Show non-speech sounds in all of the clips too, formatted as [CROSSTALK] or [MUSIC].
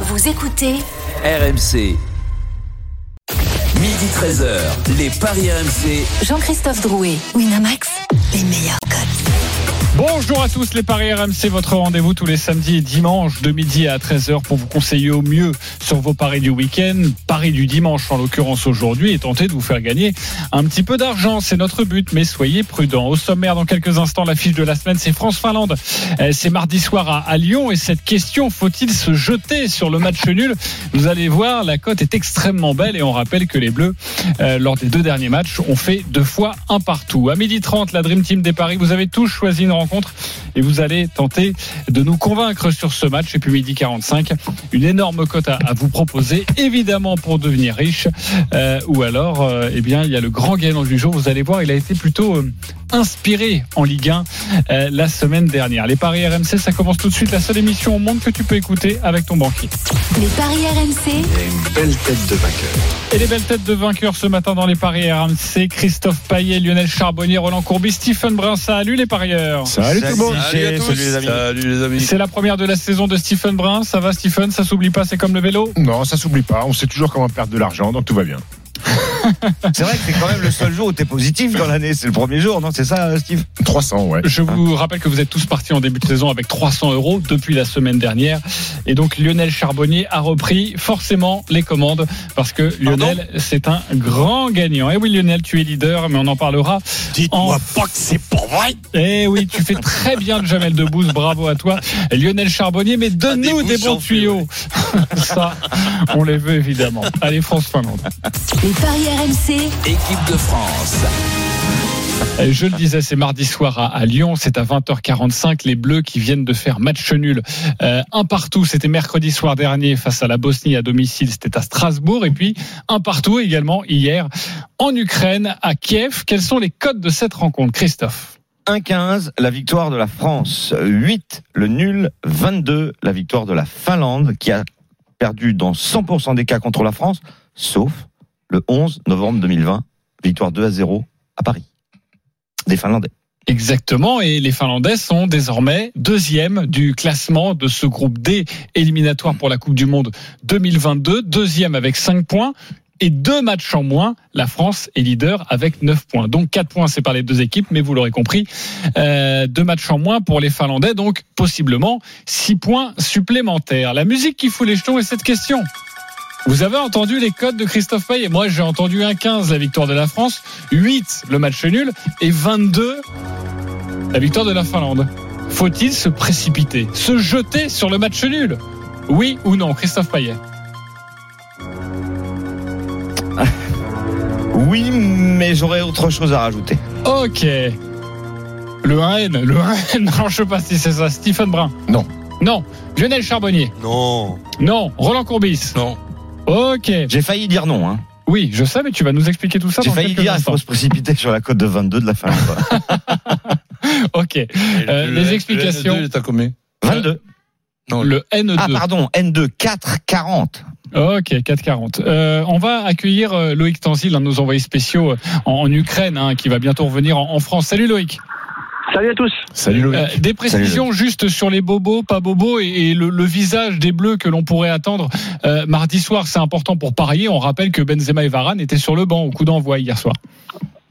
Vous écoutez RMC. Midi 13h, les Paris RMC. Jean-Christophe Drouet, Winamax, les meilleurs codes. Bonjour à tous les Paris RMC, votre rendez-vous tous les samedis et dimanches de midi à 13h pour vous conseiller au mieux sur vos paris du week-end. Paris du dimanche en l'occurrence aujourd'hui et tenter de vous faire gagner un petit peu d'argent, c'est notre but, mais soyez prudents. Au sommaire dans quelques instants, l'affiche de la semaine c'est France-Finlande, Euh, c'est mardi soir à, à Lyon et cette question, faut-il se jeter sur le match nul Vous allez voir, la cote est extrêmement belle et on rappelle que les Bleus, euh, lors des deux derniers matchs, ont fait deux fois un partout. À 12h30, la Dream Team des Paris, vous avez tous choisi une rencontre et vous allez tenter de nous convaincre sur ce match. Et puis midi 45, une énorme cote à, à vous proposer, évidemment pour devenir riche. Euh, ou alors, euh, eh bien, il y a le grand gagnant du jour. Vous allez voir, il a été plutôt euh, inspiré en Ligue 1 euh, la semaine dernière. Les paris RMC, ça commence tout de suite. La seule émission au monde que tu peux écouter avec ton banquier. Les paris RMC, Et les belles têtes de vainqueurs ce matin dans les paris RMC Christophe Payet, Lionel Charbonnier, Roland Courbis, Stephen Brun. Salut les parieurs. Salut tout le monde. Salut à tous. Salut les amis. C'est la première de la saison de Stephen Brun. Ça va, Stephen Ça s'oublie pas, c'est comme le vélo Non, ça s'oublie pas. On sait toujours comment perdre de l'argent, donc tout va bien. C'est vrai que c'est quand même le seul jour où t'es positif dans l'année. C'est le premier jour, non C'est ça, Steve 300, ouais. Je vous rappelle que vous êtes tous partis en début de saison avec 300 euros depuis la semaine dernière. Et donc Lionel Charbonnier a repris forcément les commandes parce que Lionel, c'est un grand gagnant. Et oui, Lionel, tu es leader, mais on en parlera. Dites-moi pas que c'est pour vrai. Eh oui, tu fais très bien le Jamel Debbouze. Bravo à toi, Lionel Charbonnier. Mais donne-nous des, bouches bons en feu, tuyaux. [LAUGHS] Ça, on les veut évidemment. Allez, France-Finlande. les paris RMC, Équipe de France. Euh, Je le disais, c'est mardi soir à, à Lyon, c'est à 20h45, les Bleus qui viennent de faire match nul. Euh, un partout, c'était mercredi soir dernier face à la Bosnie à domicile, c'était à Strasbourg, et puis un partout également hier en Ukraine, à Kiev. Quels sont les codes de cette rencontre, Christophe 1-15, la victoire de la France. 8, le nul. 22, la victoire de la Finlande, qui a perdu dans 100% des cas contre la France, sauf le 11 novembre 2020, victoire 2 à 0 à Paris. Des Finlandais. Exactement, et les Finlandais sont désormais deuxième du classement de ce groupe D éliminatoire pour la Coupe du Monde 2022, deuxième avec 5 points. Et deux matchs en moins, la France est leader avec 9 points. Donc 4 points, c'est par les deux équipes, mais vous l'aurez compris, euh, deux matchs en moins pour les Finlandais, donc possiblement 6 points supplémentaires. La musique qui fout les jetons est cette question. Vous avez entendu les codes de Christophe Payet. Moi, j'ai entendu 1-15, la victoire de la France, 8, le match nul, et 22, la victoire de la Finlande. Faut-il se précipiter, se jeter sur le match nul Oui ou non, Christophe Payet Oui, mais j'aurais autre chose à rajouter. Ok. Le 1N, le 1N, [LAUGHS] non, je sais pas si c'est ça. Stephen Brun Non. Non. Lionel Charbonnier Non. Non. Roland Courbis Non. Ok. J'ai failli dire non. Hein. Oui, je sais, mais tu vas nous expliquer tout ça J'ai dans failli quelques dire il instants. faut se précipiter sur la cote de 22 de la Finlande. Ok. Euh, les explications. Le N2, t'as combien 22. Le N2. Ah pardon, N2 440. Ok, 4,40. Euh, on va accueillir euh, Loïc Tansil, un de nos envoyés spéciaux euh, en, en Ukraine, hein, qui va bientôt revenir en, en France. Salut Loïc. Salut à tous. Salut Loïc. Euh, des précisions juste sur les bobos, pas bobos, et, et le, le visage des Bleus que l'on pourrait attendre euh, mardi soir. C'est important pour parier. On rappelle que Benzema et Varane étaient sur le banc au coup d'envoi hier soir.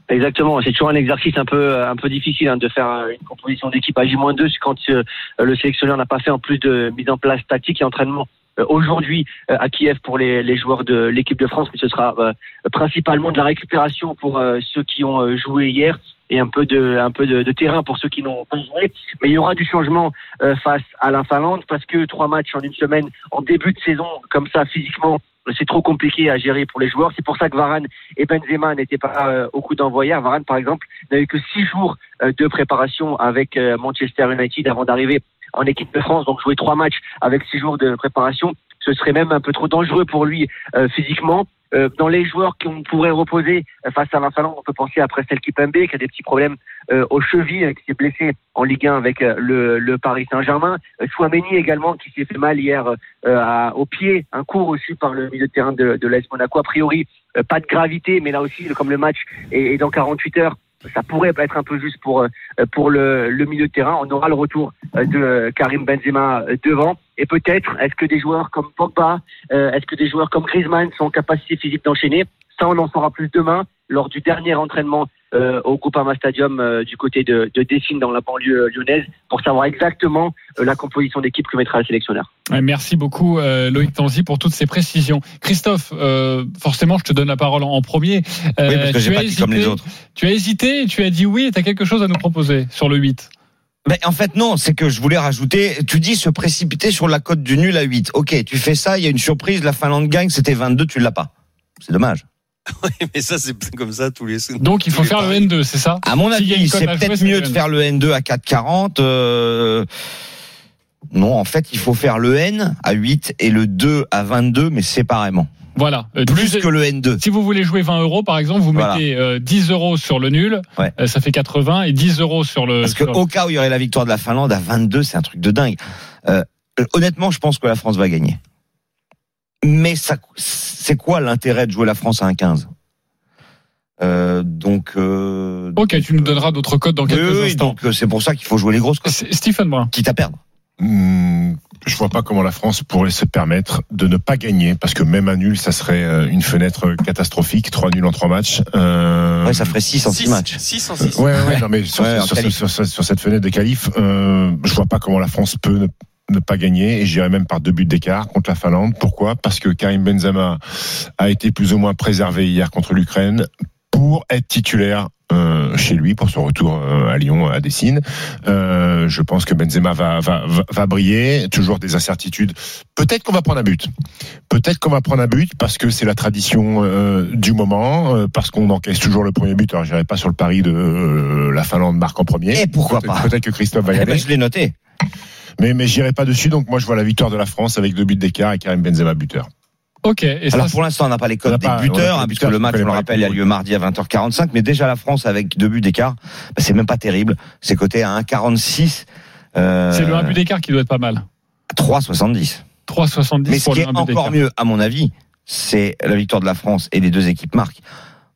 Exactement, c'est toujours un exercice un peu un peu difficile hein, de faire euh, une composition d'équipe à J-2 quand euh, le sélectionneur n'a pas fait en plus de mise en place tactique et entraînement euh, aujourd'hui euh, à Kiev pour les, les joueurs de l'équipe de France, mais ce sera euh, principalement de la récupération pour euh, ceux qui ont euh, joué hier et un peu de un peu de, de terrain pour ceux qui n'ont pas joué. Mais il y aura du changement euh, face à la Finlande parce que trois matchs en une semaine en début de saison comme ça physiquement c'est trop compliqué à gérer pour les joueurs. C'est pour ça que Varane et Benzema n'étaient pas euh, au coup d'envoi hier. Varane, par exemple, n'a eu que six jours euh, de préparation avec euh, Manchester United avant d'arriver en équipe de France. Donc jouer trois matchs avec six jours de préparation, ce serait même un peu trop dangereux pour lui euh, physiquement. Euh, dans les joueurs qu'on pourrait reposer euh, face à la Finlande, on peut penser à Prestel Kipembe qui a des petits problèmes euh, aux chevilles, euh, qui s'est blessé en Ligue 1 avec euh, le, le Paris Saint-Germain. Euh, Chouameni également qui s'est fait mal hier euh, à- au pied, un coup reçu par le milieu de terrain de, de l'AS Monaco. A priori, euh, pas de gravité, mais là aussi, comme le match est, est dans 48 heures, ça pourrait être un peu juste pour euh, pour le, le milieu de terrain. On aura le retour euh, de euh, Karim Benzema euh, devant. Et peut-être, est-ce que des joueurs comme Pogba, euh, est-ce que des joueurs comme Griezmann sont en capacité physique d'enchaîner Ça, on en saura plus demain lors du dernier entraînement euh, au Groupama Stadium euh, du côté de, de Dessines dans la banlieue euh, lyonnaise pour savoir exactement euh, la composition d'équipe que mettra le sélectionneur. Ouais, Merci beaucoup euh, Loïc Tanzi pour toutes ces précisions. Christophe, euh, forcément, je te donne la parole en, en premier. Euh, oui, parce que j'ai pas dit comme les autres. Tu as hésité, et tu as dit oui, et tu as quelque chose à nous proposer sur le 8. Mais en fait, non, c'est que je voulais rajouter, tu dis se précipiter sur la cote du nul à 8. Ok, tu fais ça, il y a une surprise, la Finlande gagne, c'était 22, tu l'as pas. C'est dommage. Mais ça, c'est comme ça tous les. Donc il faut tous les faire le paris. N2, c'est ça À mon S'il y a avis, une cote c'est à jouer, peut-être c'est mieux le de N. faire le N2 à 4,40. euh, Non, en fait, il faut faire le N à 8 et le 2 à 22, mais séparément. Voilà. Euh, Plus dix- que le N2. Si vous voulez jouer 20 euros, par exemple, vous Voilà. mettez euh, 10 euros sur le nul, Ouais. euh, ça fait 80, et 10 euros sur le. Parce que sur- au cas où il y aurait la victoire de la Finlande à 22, c'est un truc de dingue. Euh, honnêtement, je pense que la France va gagner. Mais ça, c'est quoi l'intérêt de jouer la France à 1,15 euh, Donc. Euh, Ok, tu nous donneras d'autres codes dans oui, quelques oui, instants. donc euh, c'est pour ça qu'il faut jouer les grosses, quoi, C'est- Stephen Brun. quitte à perdre. Hmm, je vois pas comment la France pourrait se permettre de ne pas gagner, parce que même un nul, ça serait euh, une fenêtre catastrophique. Trois nuls en trois matchs. Euh, Ouais, ça ferait 6 en 6 Six- matchs. six en euh, six. ouais, ouais, non, mais sur, Ouais, en sur- sur- qualif. sur- sur- sur cette fenêtre des qualifs, euh, je vois pas comment la France peut ne, ne pas gagner. Et j'irais même par deux buts d'écart contre la Finlande. Pourquoi Parce que Karim Benzema a été plus ou moins préservé hier contre l'Ukraine pour être titulaire. euh, chez lui pour son retour euh, à Lyon à Dessine. Euh, je pense que Benzema va, va, va, va briller, toujours des incertitudes. Peut-être qu'on va prendre un but. Peut-être qu'on va prendre un but parce que c'est la tradition euh, du moment, euh, parce qu'on encaisse toujours le premier but. Alors j'irai pas sur le pari de euh, la Finlande marque en premier. Et Eh, pourquoi Peut-être- pas Peut-être que Christophe va y Eh ben, aller. je l'ai noté. Mais, mais j'irai pas dessus, donc moi je vois la victoire de la France avec deux buts d'écart et Karim Benzema buteur. Ok, et ça, Alors pour l'instant, on n'a pas les On a codes des pas- on a pas les buteurs, hein, puisque buteurs, le on match, connaît on le pas les rappelle, il a lieu codes. mardi à 20h45. Mais déjà, la France avec deux buts d'écart, bah, c'est même pas terrible. C'est coté à 1,46. euh, c'est le 1 but d'écart qui doit être pas mal. 3,70. 3,70 Mais ce pour qui le est 1 but d'écart. encore mieux, à mon avis, c'est la victoire de la France et les deux équipes marquent.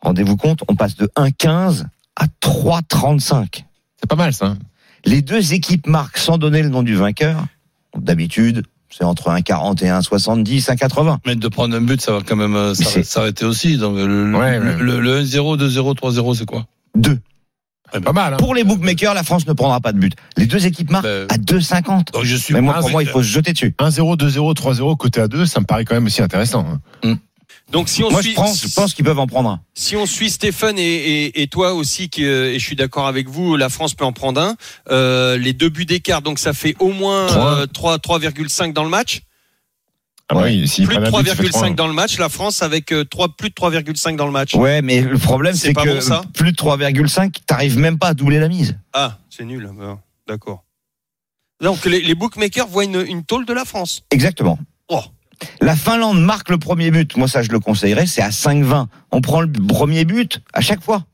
Rendez-vous compte, on passe de 1,15 à 3,35. C'est pas mal ça. hein. Les deux équipes marquent sans donner le nom du vainqueur. D'habitude, c'est entre 1,40 et 1,70, 1,80. Mais de prendre un but, ça va quand même euh, Mais c'est- s'arr- s'arrêter aussi. Donc le, Ouais, le- ouais. le- le 1-0, 2-0, 3-0, c'est quoi Deux. Pas mal. Hein. Pour les bookmakers, la France ne prendra pas de but. Les deux équipes marquent Ben, à 2,50. Donc je suis. Mais moi, pas- pour moi, il faut se jeter dessus. 1-0, 2-0, 3-0, côté à 2, ça me paraît quand même aussi intéressant. hein. Donc si on Moi, suit, je pense, je pense qu'ils peuvent en prendre un. si on suit Stéphane et, et, et toi aussi, qui, euh, et je suis d'accord avec vous, la France peut en prendre un. Euh, les deux buts d'écart, donc ça fait au moins Trois. euh, trois- 3,5 dans le match. Ah bah oui, s'ils plus de prennent un but, ça fait 3-1. 3,5 dans le match. La France avec euh, trois- plus de 3,5 dans le match. Ouais, mais le problème, C'est c'est pas que bon, ça plus de 3,5, t'arrives même pas à doubler la mise. Ah, c'est nul. Bon, D'accord. Donc les, les bookmakers voient une, une tôle de la France. Exactement. Oh. La Finlande marque le premier but. Moi, ça, je le conseillerais. C'est à 5,20. On prend le premier but à chaque fois.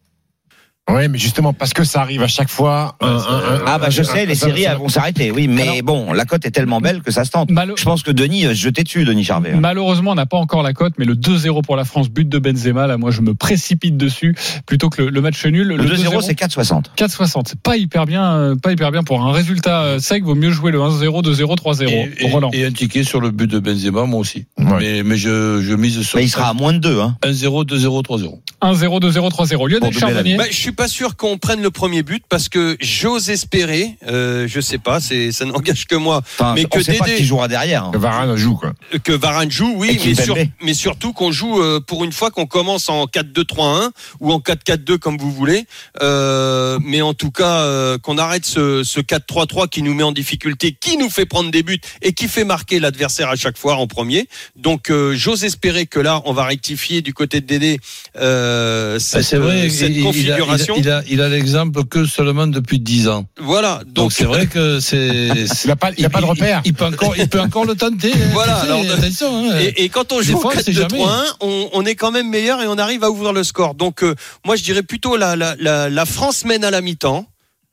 Ouais, mais justement, parce que ça arrive à chaque fois. un- un- un- Ah, bah, je un- sais, les ça- séries ça- elles vont s'arrêter. Oui, mais bon, la cote est tellement belle que ça se tente. Malo- Je pense que Denis, euh, jetez dessus, Denis Charvet. hein. Malheureusement, on n'a pas encore la cote, mais le 2-0 pour la France, but de Benzema, là, moi, je me précipite dessus plutôt que le, le match nul. Le 2-0, c'est 4,60. 4,60. C'est pas hyper bien, euh, pas hyper bien pour un résultat euh, sec. Vaut mieux jouer le 1-0, 2-0, 3-0. Et, et- Roland. et un ticket sur le but de Benzema, moi aussi. Ouais. Mais, mais je, je mise sur Mais il sera à moins de 2, hein. 1-0, 2-0, 3-0. 1-0, 2-0, 3-0. Pour Lionel doubler la Charbonnier. Bah, je suis pas sûr qu'on prenne le premier but parce que j'ose espérer, euh, je sais pas, c'est ça [LAUGHS] n'engage que moi, Enfin, Mais on que sait pas Dédé- qui jouera derrière. hein. Varane joue, quoi. que Varane joue, Et oui, mais, Kimpembe. sur- mais surtout qu'on joue euh, pour une fois qu'on commence en 4-2-3-1 ou en 4-4-2 comme vous voulez, Euh, mais en tout cas euh, qu'on arrête ce, ce 4-3-3 qui nous met en difficulté, qui nous fait prendre des buts et qui fait marquer l'adversaire à chaque fois en premier. Donc euh, j'ose espérer que là on va rectifier du côté de Dédé euh, cette, Ah, C'est vrai, cette il, il a- il a- configuration. il a- il a l'exemple que seulement depuis 10 ans. Voilà, Donc c'est vrai que c'est. c'est- Il a pas, il a pas de repère. Il, il peut encore, il peut encore le tenter. hein. Voilà, Tu sais, alors, attention. hein. Et, et quand on Des joue en fois, on sait jamais. 4-2-3-1, on, on est quand même meilleur et on arrive à ouvrir le score. Donc, euh, moi, je dirais plutôt la, la, la, la France mène à la mi-temps.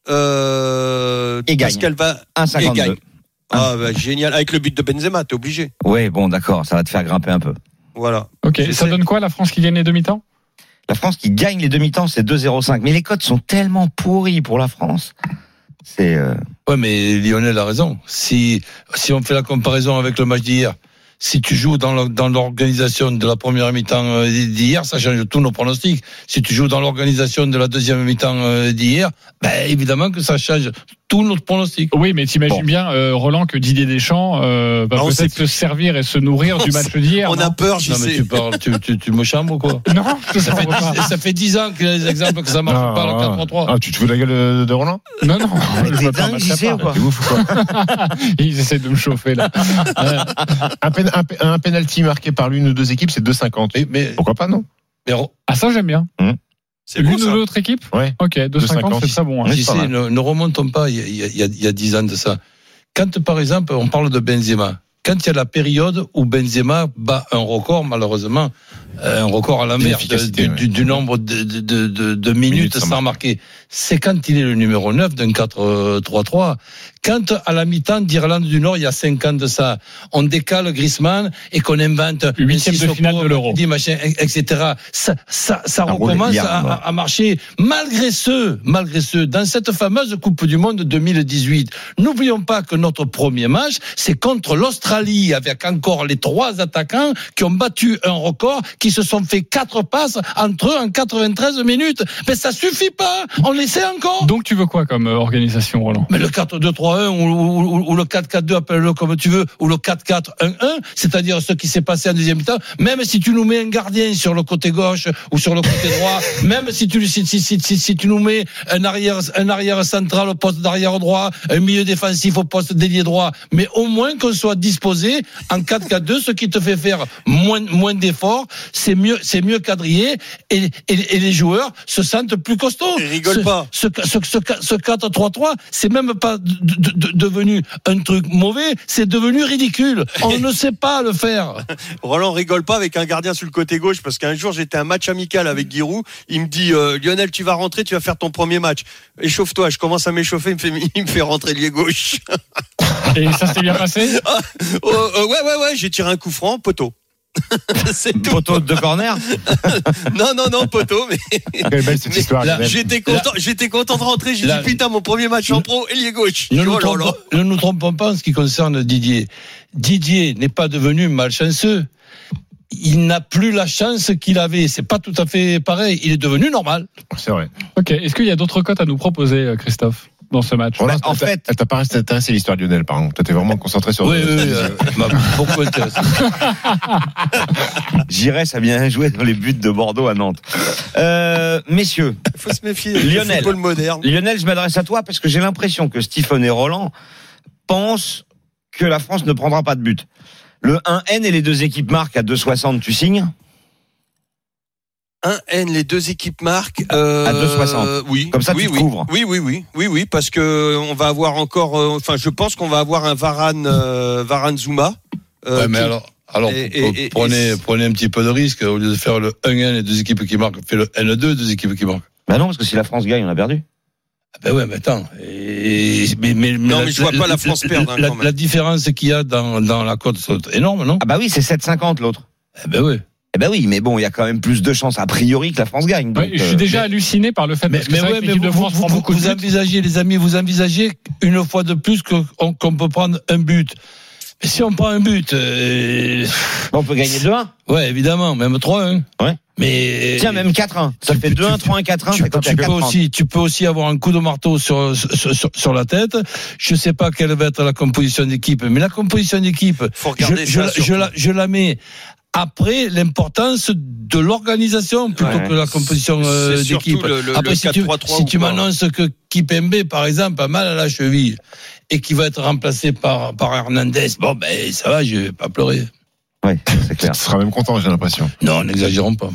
Euh, Et parce gagne. qu'elle va. et 1,52. Hein. gagne. Ah, bah, génial. Avec le but de Benzema, t'es obligé. Ouais, bon, d'accord, ça va te faire grimper un peu. Voilà. Ok. Je Ça sais. donne quoi, la France qui gagne les demi-temps? La France qui gagne les demi-temps, c'est 2-0-5. Mais les cotes sont tellement pourries pour la France. C'est euh, Ouais, mais Lionel a raison. Si, si on fait la comparaison avec le match d'hier, si tu joues dans le- dans l'organisation de la première mi-temps euh, d'hier, ça change tous nos pronostics. Si tu joues dans l'organisation de la deuxième mi-temps euh, d'hier, ben évidemment que ça change tous nos pronostics. Oui, mais t'imagines Bon. bien, euh, Roland, que Didier Deschamps euh, va Non, c'est- peut-être se servir et se nourrir On du match d'hier. On a non Oh. peur, j'y Non, mais sais. tu parles, tu, tu, tu me chambres ou quoi Non, je te ça fait, comprends pas. dix- ça fait 10 ans qu'il y a des exemples que ça marche Ah, pas, le ah, 4-3-3. ah, tu te fous de la gueule de, de Roland Ah. Non, [LAUGHS] non, je t'es me dingue, permettrai j'y sais pas. ou Ah, quoi T'es ouf ou quoi Ils essaient de me chauffer là. [LAUGHS] Euh, un, pen- un pe- un penalty marqué par l'une ou deux équipes, c'est 2,50. Mais, mais, Pourquoi pas, non mais Ro- Ah ça j'aime bien. C'est L'une bon, ou ça. l'autre équipe Ouais. Ok, 2,50 c'est très bon. hein. Ouais, j'y c'est pas sais, mal. ne, ne remontons pas il y, a, il y a- il y a- il y a 10 ans de ça. Quand, par exemple, on parle de Benzema, quand il y a la période où Benzema bat un record, malheureusement, euh, un record à la mer de- D'efficacité, du, ouais. du- du nombre de, de- de- de- de Minutes minutes sans sans marquer, c'est quand il est le numéro 9 d'un 4-3-3. Quand, à la mi-temps d'Irlande du Nord, il y a 5 ans de ça, on décale Griezmann et qu'on invente un Huitième de Sissoko, finale de un l'Euro. Matuidi, machin, et- etc. Ça, ça, ça Ça roule recommence bien, à, ouais. à- à marcher. Malgré ce, malgré ce, dans cette fameuse Coupe du Monde 2018, n'oublions pas que notre premier match, c'est contre l'Australie, avec encore les trois attaquants qui ont battu un record, qui se sont fait quatre passes entre eux en 93 minutes. Mais ça suffit pas. On essaie encore. Donc tu veux quoi comme euh, organisation, Roland Mais le 4-2-3-1 ou, ou- ou- ou le 4-4-2, appelle-le comme tu veux, ou le 4-4-1-1, c'est-à-dire ce qui s'est passé en deuxième temps, même si tu nous mets un gardien sur le côté gauche ou sur le côté [LAUGHS] droit, même si tu, si, si, si, si- si tu nous mets un arrière, un arrière central au poste d'arrière droit, un milieu défensif au poste d'ailier droit, mais au moins qu'on soit disposé en 4-4-2, ce qui te fait faire moins, moins d'efforts, c'est mieux, c'est mieux quadrillé et, et- et les joueurs se sentent plus costauds. Ils rigolent Ce- pas. ce, ce, ce, ce 4-3-3, c'est même pas de- de- de- devenu un truc mauvais, c'est devenu ridicule. [LAUGHS] On ne sait pas le faire. Roland rigole pas avec un gardien sur le côté gauche parce qu'un jour j'étais à un match amical avec Giroud. Il me dit euh, Lionel, tu vas rentrer, tu vas faire ton premier match. Échauffe-toi. Je commence à m'échauffer. Il me fait, [LAUGHS] il me fait rentrer lié gauche. Et ça s'est bien passé Oh, euh, ouais, ouais, ouais. J'ai tiré un coup franc, poteau. [LAUGHS] C'est tout. poteau de corner. Non, non, non, poteau. Mais Quelle belle cette Mais histoire. là, Lionel. j'étais content. J'étais content de rentrer. J'ai Là- dit putain, mon premier match en pro, ailier gauche. Ne nous, Oh là là. trompons, ne nous trompons pas en ce qui concerne Didier. Didier n'est pas devenu malchanceux. Il n'a plus la chance qu'il avait. C'est pas tout à fait pareil. Il est devenu normal. C'est vrai. Ok, est-ce qu'il y a d'autres cotes à nous proposer, euh, Christophe, dans ce match Roland, en t'as- fait- t'as- t'as pas resté intéressé à l'histoire de Lionel, par contre. Toi, T'es vraiment concentré sur. Oui, [LAUGHS] oui, oui. [LAUGHS] euh, m'a beaucoup intéressé. J'irais, ça a bien joué dans les buts de Bordeaux à Nantes. Euh, messieurs, Faut se méfier. Lionel. Le football moderne. Lionel, je m'adresse à toi parce que j'ai l'impression que Stephen et Roland pensent que la France ne prendra pas de but. Le 1N et les deux équipes marquent à 2,60, tu signes 1N, les deux équipes marquent. euh, À 2,60. Oui. Comme ça, tu oui, te oui. couvres. Oui, oui, oui, oui, oui, parce que on va avoir encore. euh, Enfin, je pense qu'on va avoir un Varane, euh, Varane Zuma. euh, Ouais, mais qui- alors, alors et- pre- et- et- prenez, et- prenez un petit peu de risque. Au lieu de faire le 1-1 et deux équipes qui marquent, fais le N2 deux équipes qui marquent. Bah non, parce que si la France gagne, on a perdu. Ben ouais, mais attends. Et- mais, mais, Non, mais je vois pas la France perdre, hein, la, quand même. la différence qu'il y a dans, dans la cote, c'est énorme, non Ah bah oui, c'est 7,50 l'autre. Eh Ben ouais. Eh ben oui, mais bon, il y a quand même plus de chances a priori que la France gagne. Donc, Ouais, Je suis euh, déjà halluciné par le fait Mais, parce que mais c'est vrai ouais, que mais l'équipe vous, de France vous- prend vous- beaucoup vous de buts. envisagez, les amis, vous envisagez une fois de plus que- qu'on qu'on peut prendre un but. Mais si on prend un but, euh, on peut gagner 2-1. ouais, évidemment, même 3-1. Ouais. Mais Tiens, même 4-1. Ça Tu fait peux- 2-1, tu- 3-1, 4-1. tu, ça cote à tu peux 4,30. aussi, tu peux aussi avoir un coup de marteau sur, sur, sur- sur la tête. Je sais pas quelle va être la composition d'équipe, mais la composition d'équipe, Faut je, regarder je ça, la- je surtout. la, je la mets après l'importance de l'organisation plutôt Ouais. que la composition euh, C'est surtout d'équipe. le- le- Après, le si tu, 4-3-3 si ou tu pas. m'annonces que Kipembe, par exemple, a mal à la cheville et qui va être remplacé par, par Hernandez, bon, ben, ça va, je vais pas pleurer. Ouais, c'est clair. Tu seras même content, j'ai l'impression. Non, n'exagérons pas.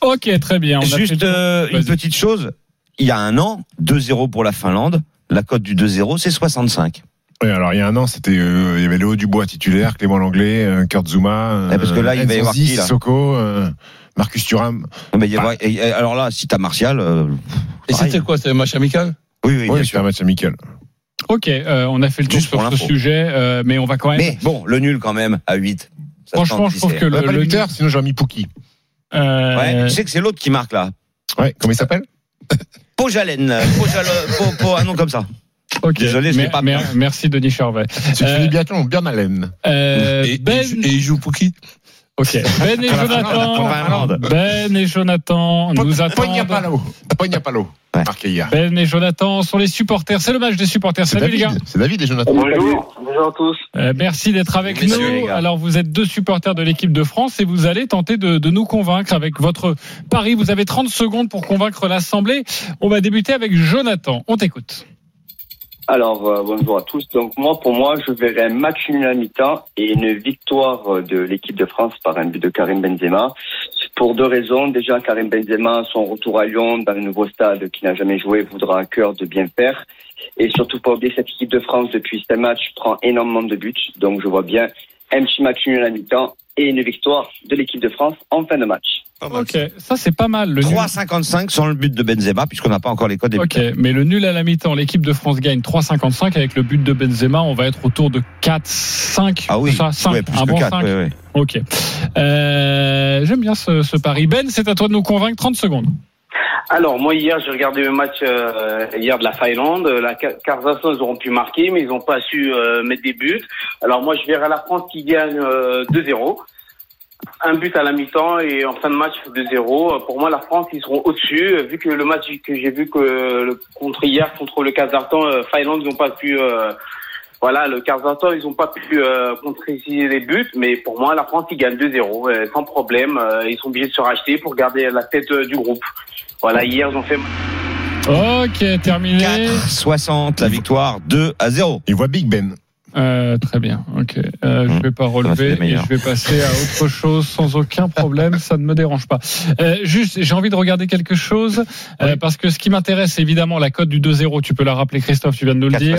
Ok, très bien. Ah, on a fait Juste le- euh, une Vas-y. petite chose. Il y a un an, 2-0 pour la Finlande. La cote du 2-0, c'est 65. Oui, alors il y a un an, c'était euh, il y avait Léo Dubois titulaire, Clément Langlais, euh, Kurt Zuma, euh, Ouais, parce que là, il va y avoir Nzonzi, qui, là Sissoko, euh, Marcus Thuram. Mais Eh ben, Bah. il y a- et- et- alors là, si t'as Martial, euh, Et pareil. c'était quoi, c'était un match amical oui, oui, bien Oui, c'est sûr. un match amical. Ok, euh, on a fait le tour Juste pour sur ce l'info. sujet, euh, mais on va quand même. Mais bon, le nul quand même à 8. Ça franchement, tente, je trouve c'est- que Le, le, pas le les buteurs, sinon j'aurais mis Pouki. Euh, Ouais, tu sais que c'est l'autre qui marque là. Ouais, comment il s'appelle Pojalen. [LAUGHS] Pojal- Po- Po- un nom comme ça. ok. désolé, je l'ai Mer- pas mer- Merci Denis Charvet. C'est Euh, du biathlon, Bernalen. Euh, et, ben, et il- et il joue pour qui [LAUGHS] ok. [LAUGHS] Ben et Pour la Finlande, pour la Jonathan. Finlande. Ben et Jonathan nous attendent. Pognapalo. Pognapalo. Ouais. Marqué hier. Ben et Jonathan sont les supporters. C'est le match des supporters. C'est Salut les gars. David. C'est David et Jonathan. Bonjour. Bonjour à tous. Euh, merci d'être avec Messieurs, les nous. gars. Alors vous êtes deux supporters de l'équipe de France et vous allez tenter de, de nous convaincre avec votre pari. Vous avez 30 secondes pour convaincre l'Assemblée. On va débuter avec Jonathan. On t'écoute. Alors, euh, bonjour à tous. Donc, moi, pour moi, je verrai un match nul à mi-temps et une victoire euh, de l'équipe de France par un but de Karim Benzema. Pour deux raisons. Déjà, Karim Benzema, son retour à Lyon, dans le nouveau stade qu'il n'a jamais joué, voudra à cœur de bien faire. Et surtout, pas oublier, cette équipe de France, depuis ce match, prend énormément de buts. Donc, je vois bien un petit match nul à mi-temps et une victoire de l'équipe de France en fin de match. Ok, ça c'est pas mal. Le nul. 3,55 sans le but de Benzema, puisqu'on n'a pas encore les codes des Ok, mais le nul à la mi-temps, l'équipe de France gagne 3,55 avec le but de Benzema. On va être autour de 4, 5, Ah oui, ça, 5 ouais, plus un que bon 4. 5. Ok. Euh, J'aime bien ce, ce pari. Ben, c'est à toi de nous convaincre. 30 secondes. Alors, moi, hier, j'ai regardé le match euh, hier de la Finlande. Euh, La Ka- Kazakhstan, ils auront pu marquer, mais ils n'ont pas su euh, mettre des buts. Alors, moi, je verrai la France qui gagne euh, 2-0. Un but à la mi-temps et en fin de match 2-0. Euh, Pour moi, la France, ils seront au-dessus. euh, Vu que le match que j'ai vu que euh, le contre hier contre le Kazakhstan, euh, Finlande, ils n'ont pas pu... euh, voilà, le Kazakhstan, ils n'ont pas pu euh, concrétiser les buts, mais pour moi, la France, ils gagnent 2-0, euh, sans problème. Euh, ils sont obligés de se racheter pour garder la tête euh, du groupe. Voilà, hier, ils ont fait Ok, terminé. 4,60 la victoire, 2 à 0. Il voit Big Ben. Euh, très bien. Ok. Euh, je Mmh. vais pas va, c'est relever les et meilleurs. je vais passer à autre chose sans aucun problème. Ça ne me dérange pas. Euh, juste, j'ai envie de regarder quelque chose euh, parce que ce qui m'intéresse, c'est évidemment, la cote du 2-0. Tu peux la rappeler, Christophe. Tu viens de nous le dire.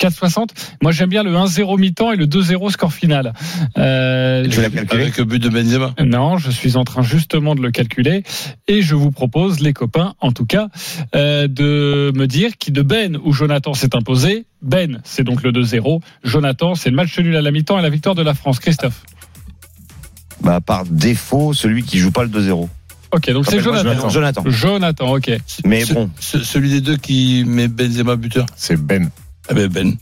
4,60. 4,60. Moi, j'aime bien le 1-0 mi-temps et le 2-0 score final. Euh, Tu l'as calculé Avec le but de Benzema. non, je suis en train justement de le calculer et je vous propose, les copains, en tout cas, euh, de me dire qui de Ben ou Jonathan s'est imposé. Ben, c'est donc le 2-0. Jonathan, c'est le match nul à la mi-temps et la victoire de la France. Christophe. Bah, par défaut, celui qui joue pas le 2-0. Ok, donc c'est Rappelle-moi, Jonathan. Jonathan. Jonathan, ok. Mais Ce- bon. ce- celui des deux qui met Benzema buteur. C'est Ben. Ah ben Ben.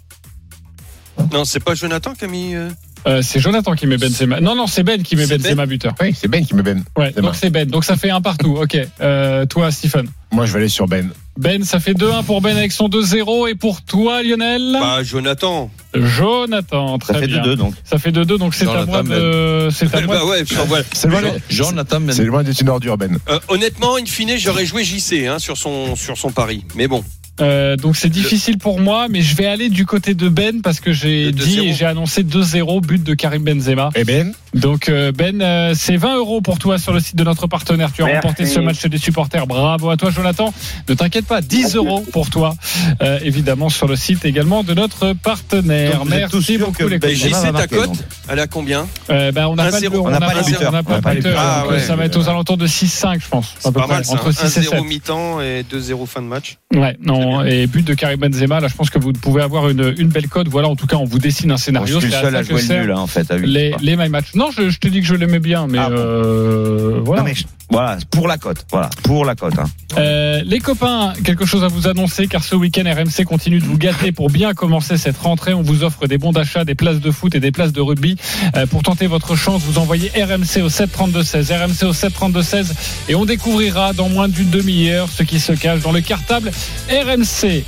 Non, c'est pas Jonathan qui a mis. euh, Euh, c'est Jonathan qui met Benzema. Non, non, c'est Ben qui met C'est Benzema buteur. Oui, c'est Ben qui met Ben. Ouais, C'est donc bon. c'est Ben. Donc ça fait un partout. Ok. Euh, toi, Stephen. Moi, je vais aller sur Ben. Ben, ça fait 2-1 pour Ben avec son 2-0 et pour toi, Lionel. Bah, Jonathan. Jonathan, très Ça fait bien. 2-2 donc. Ça fait 2-2, donc c'est à Jonathan moi de. C'est à Eh moi. bah ouais, puis voilà. C'est loin d'être- Jonathan c'est Ben. loin d'être une ordure, Ben. Euh, honnêtement, in fine, j'aurais joué JC hein, sur, son, sur son pari. Mais bon. Euh, donc c'est difficile pour moi, mais je vais aller du côté de Ben parce que j'ai Le dit 2-0. et j'ai annoncé 2-0 but de Karim Benzema. Et Ben Donc euh, Ben, euh, c'est 20 euros pour toi sur le site de notre partenaire. Tu as Merci. remporté ce match des supporters. Bravo à toi, Jonathan. Ne t'inquiète pas, 10 euros pour toi, euh, évidemment sur le site également de notre partenaire. Donc, vous êtes tous Merci sûrs beaucoup que les Ben- copains. Benzema JC, va ta marquer, cote, donc. elle a combien Euh, ben, on n'a pas, 1-0. de- on On n'a n'a pas les pas- buteurs. on n'a On pas n'a de pas les buteur. buteurs. Ah Donc, ouais. Ça va être aux alentours de 6-5, je pense. à C'est peu pas près, mal ça. Entre 6 et 7. 1-0 mi-temps et 2-0 fin de match. Ouais, non, et but de Karim Benzema, là je pense que vous pouvez avoir une, une belle cote. Voilà, en tout cas, on vous dessine un Bon, je scénario. suis le C'est seul ça à que jouer le servent nul hein, en fait. à huit, Les, quoi. les my match. Non, je, je te dis que je l'aimais bien, mais Ah bon. euh, voilà. Non, mais je- voilà, pour la cote. Voilà, pour la cote. hein. Euh, les copains, quelque chose à vous annoncer car ce week-end RMC continue de vous gâter pour bien commencer cette rentrée. On vous offre des bons d'achat, des places de foot et des places de rugby. Euh, pour tenter votre chance, vous envoyez RMC au 732-16, RMC au 732-16 et on découvrira dans moins d'une demi-heure ce qui se cache dans le cartable RMC.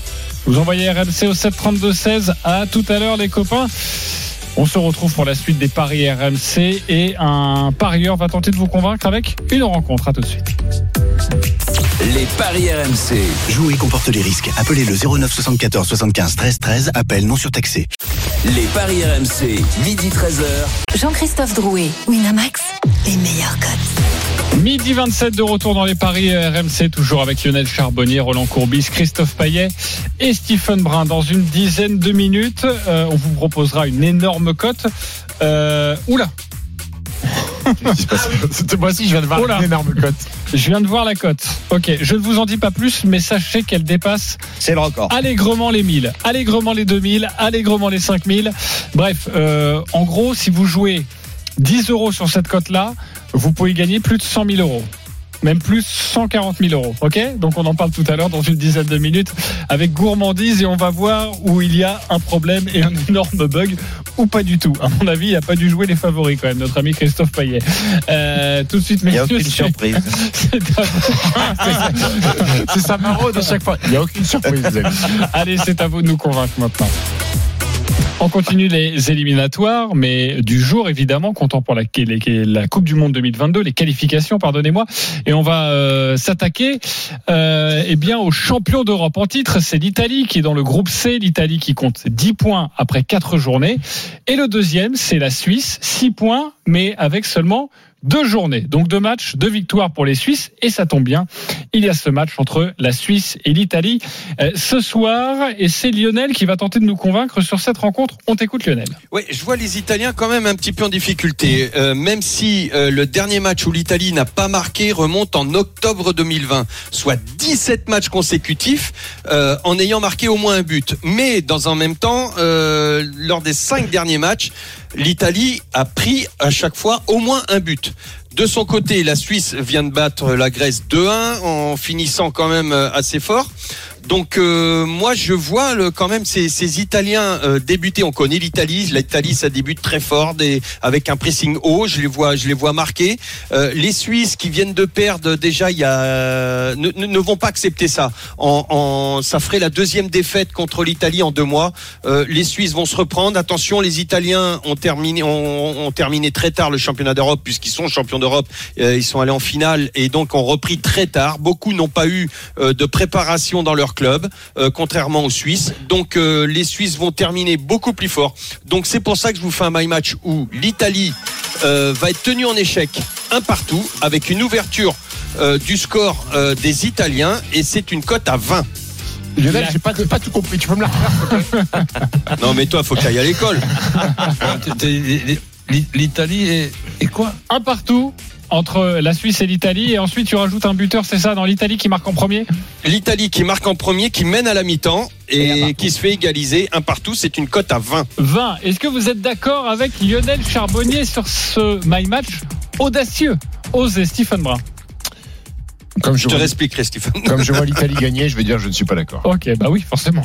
Vous envoyez RMC au 732-16. À tout à l'heure les copains. On se retrouve pour la suite des paris RMC et un parieur va tenter de vous convaincre avec une rencontre. À tout de suite. Les paris RMC. Jouer comporte les risques. Appelez le 09 74 75 13 13. Appel non surtaxé. Les paris RMC. Midi 13h. Jean-Christophe Drouet, Winamax, les meilleurs cotes. Midi 27 de retour dans les paris RMC, toujours avec Lionel Charbonnier, Roland Courbis, Christophe Payet et Stephen Brun. Dans une dizaine de minutes, euh, on vous proposera une énorme cote. Euh, oula, Qu'est-ce qui se passe Cette fois-ci, je viens de voir Oh là. une énorme cote. je viens de voir la cote. Ok, je ne vous en dis pas plus, mais sachez qu'elle dépasse C'est le record. allègrement les 1000, allègrement les 2000, allègrement les 5000. Bref, euh, en gros, si vous jouez 10 euros sur cette cote-là, vous pouvez gagner plus de 100 000 euros. Même plus 140 000 euros, ok Donc on en parle tout à l'heure dans une dizaine de minutes avec gourmandise et on va voir où il y a un problème et un énorme bug ou pas du tout. À mon avis, il a pas dû jouer les favoris quand même, notre ami Christophe Payet. Euh, tout de suite, Il n'y a messieurs, aucune c'est- surprise. c'est à vous. C'est sa maraude à chaque fois. Il n'y a aucune surprise. vous avez dit. Allez, c'est à vous de nous convaincre maintenant. On continue les éliminatoires, mais du jour évidemment, comptant pour la, la- la Coupe du Monde 2022, les qualifications, pardonnez-moi, et on va euh, s'attaquer euh, eh bien aux champions d'Europe en titre. C'est l'Italie qui est dans le groupe C, l'Italie qui compte 10 points après 4 journées, et le deuxième c'est la Suisse, 6 points, mais avec seulement deux journées, donc deux matchs, deux victoires pour les Suisses, et ça tombe bien, il y a ce match entre la Suisse et l'Italie euh, ce soir, et c'est Lionel qui va tenter de nous convaincre sur cette rencontre. On t'écoute Lionel. Ouais, je vois les Italiens quand même un petit peu en difficulté. Euh, même si euh, le dernier match où l'Italie n'a pas marqué remonte en octobre 2020, soit 17 matchs consécutifs euh, en ayant marqué au moins un but. Mais dans un même temps, euh, lors des cinq derniers matchs, l'Italie a pris à chaque fois au moins un but. De son côté, la Suisse vient de battre la Grèce 2-1 en finissant quand même euh, assez fort. Donc euh, moi je vois le, quand même ces, ces Italiens euh, débuter. On connaît l'Italie. L'Italie ça débute très fort, des- avec un pressing haut. Je les vois, je les vois marquer. Euh, les Suisses qui viennent de perdre déjà, il y a ne, ne- ne vont pas accepter ça. En, en- ça ferait la deuxième défaite contre l'Italie en deux mois. Euh, les Suisses vont se reprendre. Attention, les Italiens ont terminé, ont, ont terminé très tard le championnat d'Europe puisqu'ils sont champions d'Europe. Euh, ils sont allés en finale et donc ont repris très tard. Beaucoup n'ont pas eu euh, de préparation dans leur club, euh, contrairement aux Suisses. Donc euh, les Suisses vont terminer beaucoup plus fort. Donc c'est pour ça que je vous fais un my match où l'Italie euh, va être tenue en échec un partout avec une ouverture euh, du score euh, des Italiens et c'est une cote à 20. Lionel, j'ai pas, j'ai pas tout compris. Tu peux me la refaire Non mais toi faut que t'ailles à l'école. Ah, L'Italie est, est quoi Un partout entre la Suisse et l'Italie, et ensuite tu rajoutes un buteur, c'est ça, dans l'Italie qui marque en premier L'Italie qui marque en premier, qui mène à la mi-temps et, qui se fait égaliser un partout, c'est une cote à 20. 20. Est-ce que vous êtes d'accord avec Lionel Charbonnier sur ce My Match audacieux Osez Stephen Brun. Comme je, Je te vois, l'expliquerai Stéphane. [LAUGHS] comme je vois l'Italie gagner, je vais dire je ne suis pas d'accord. Ok, bah oui, forcément.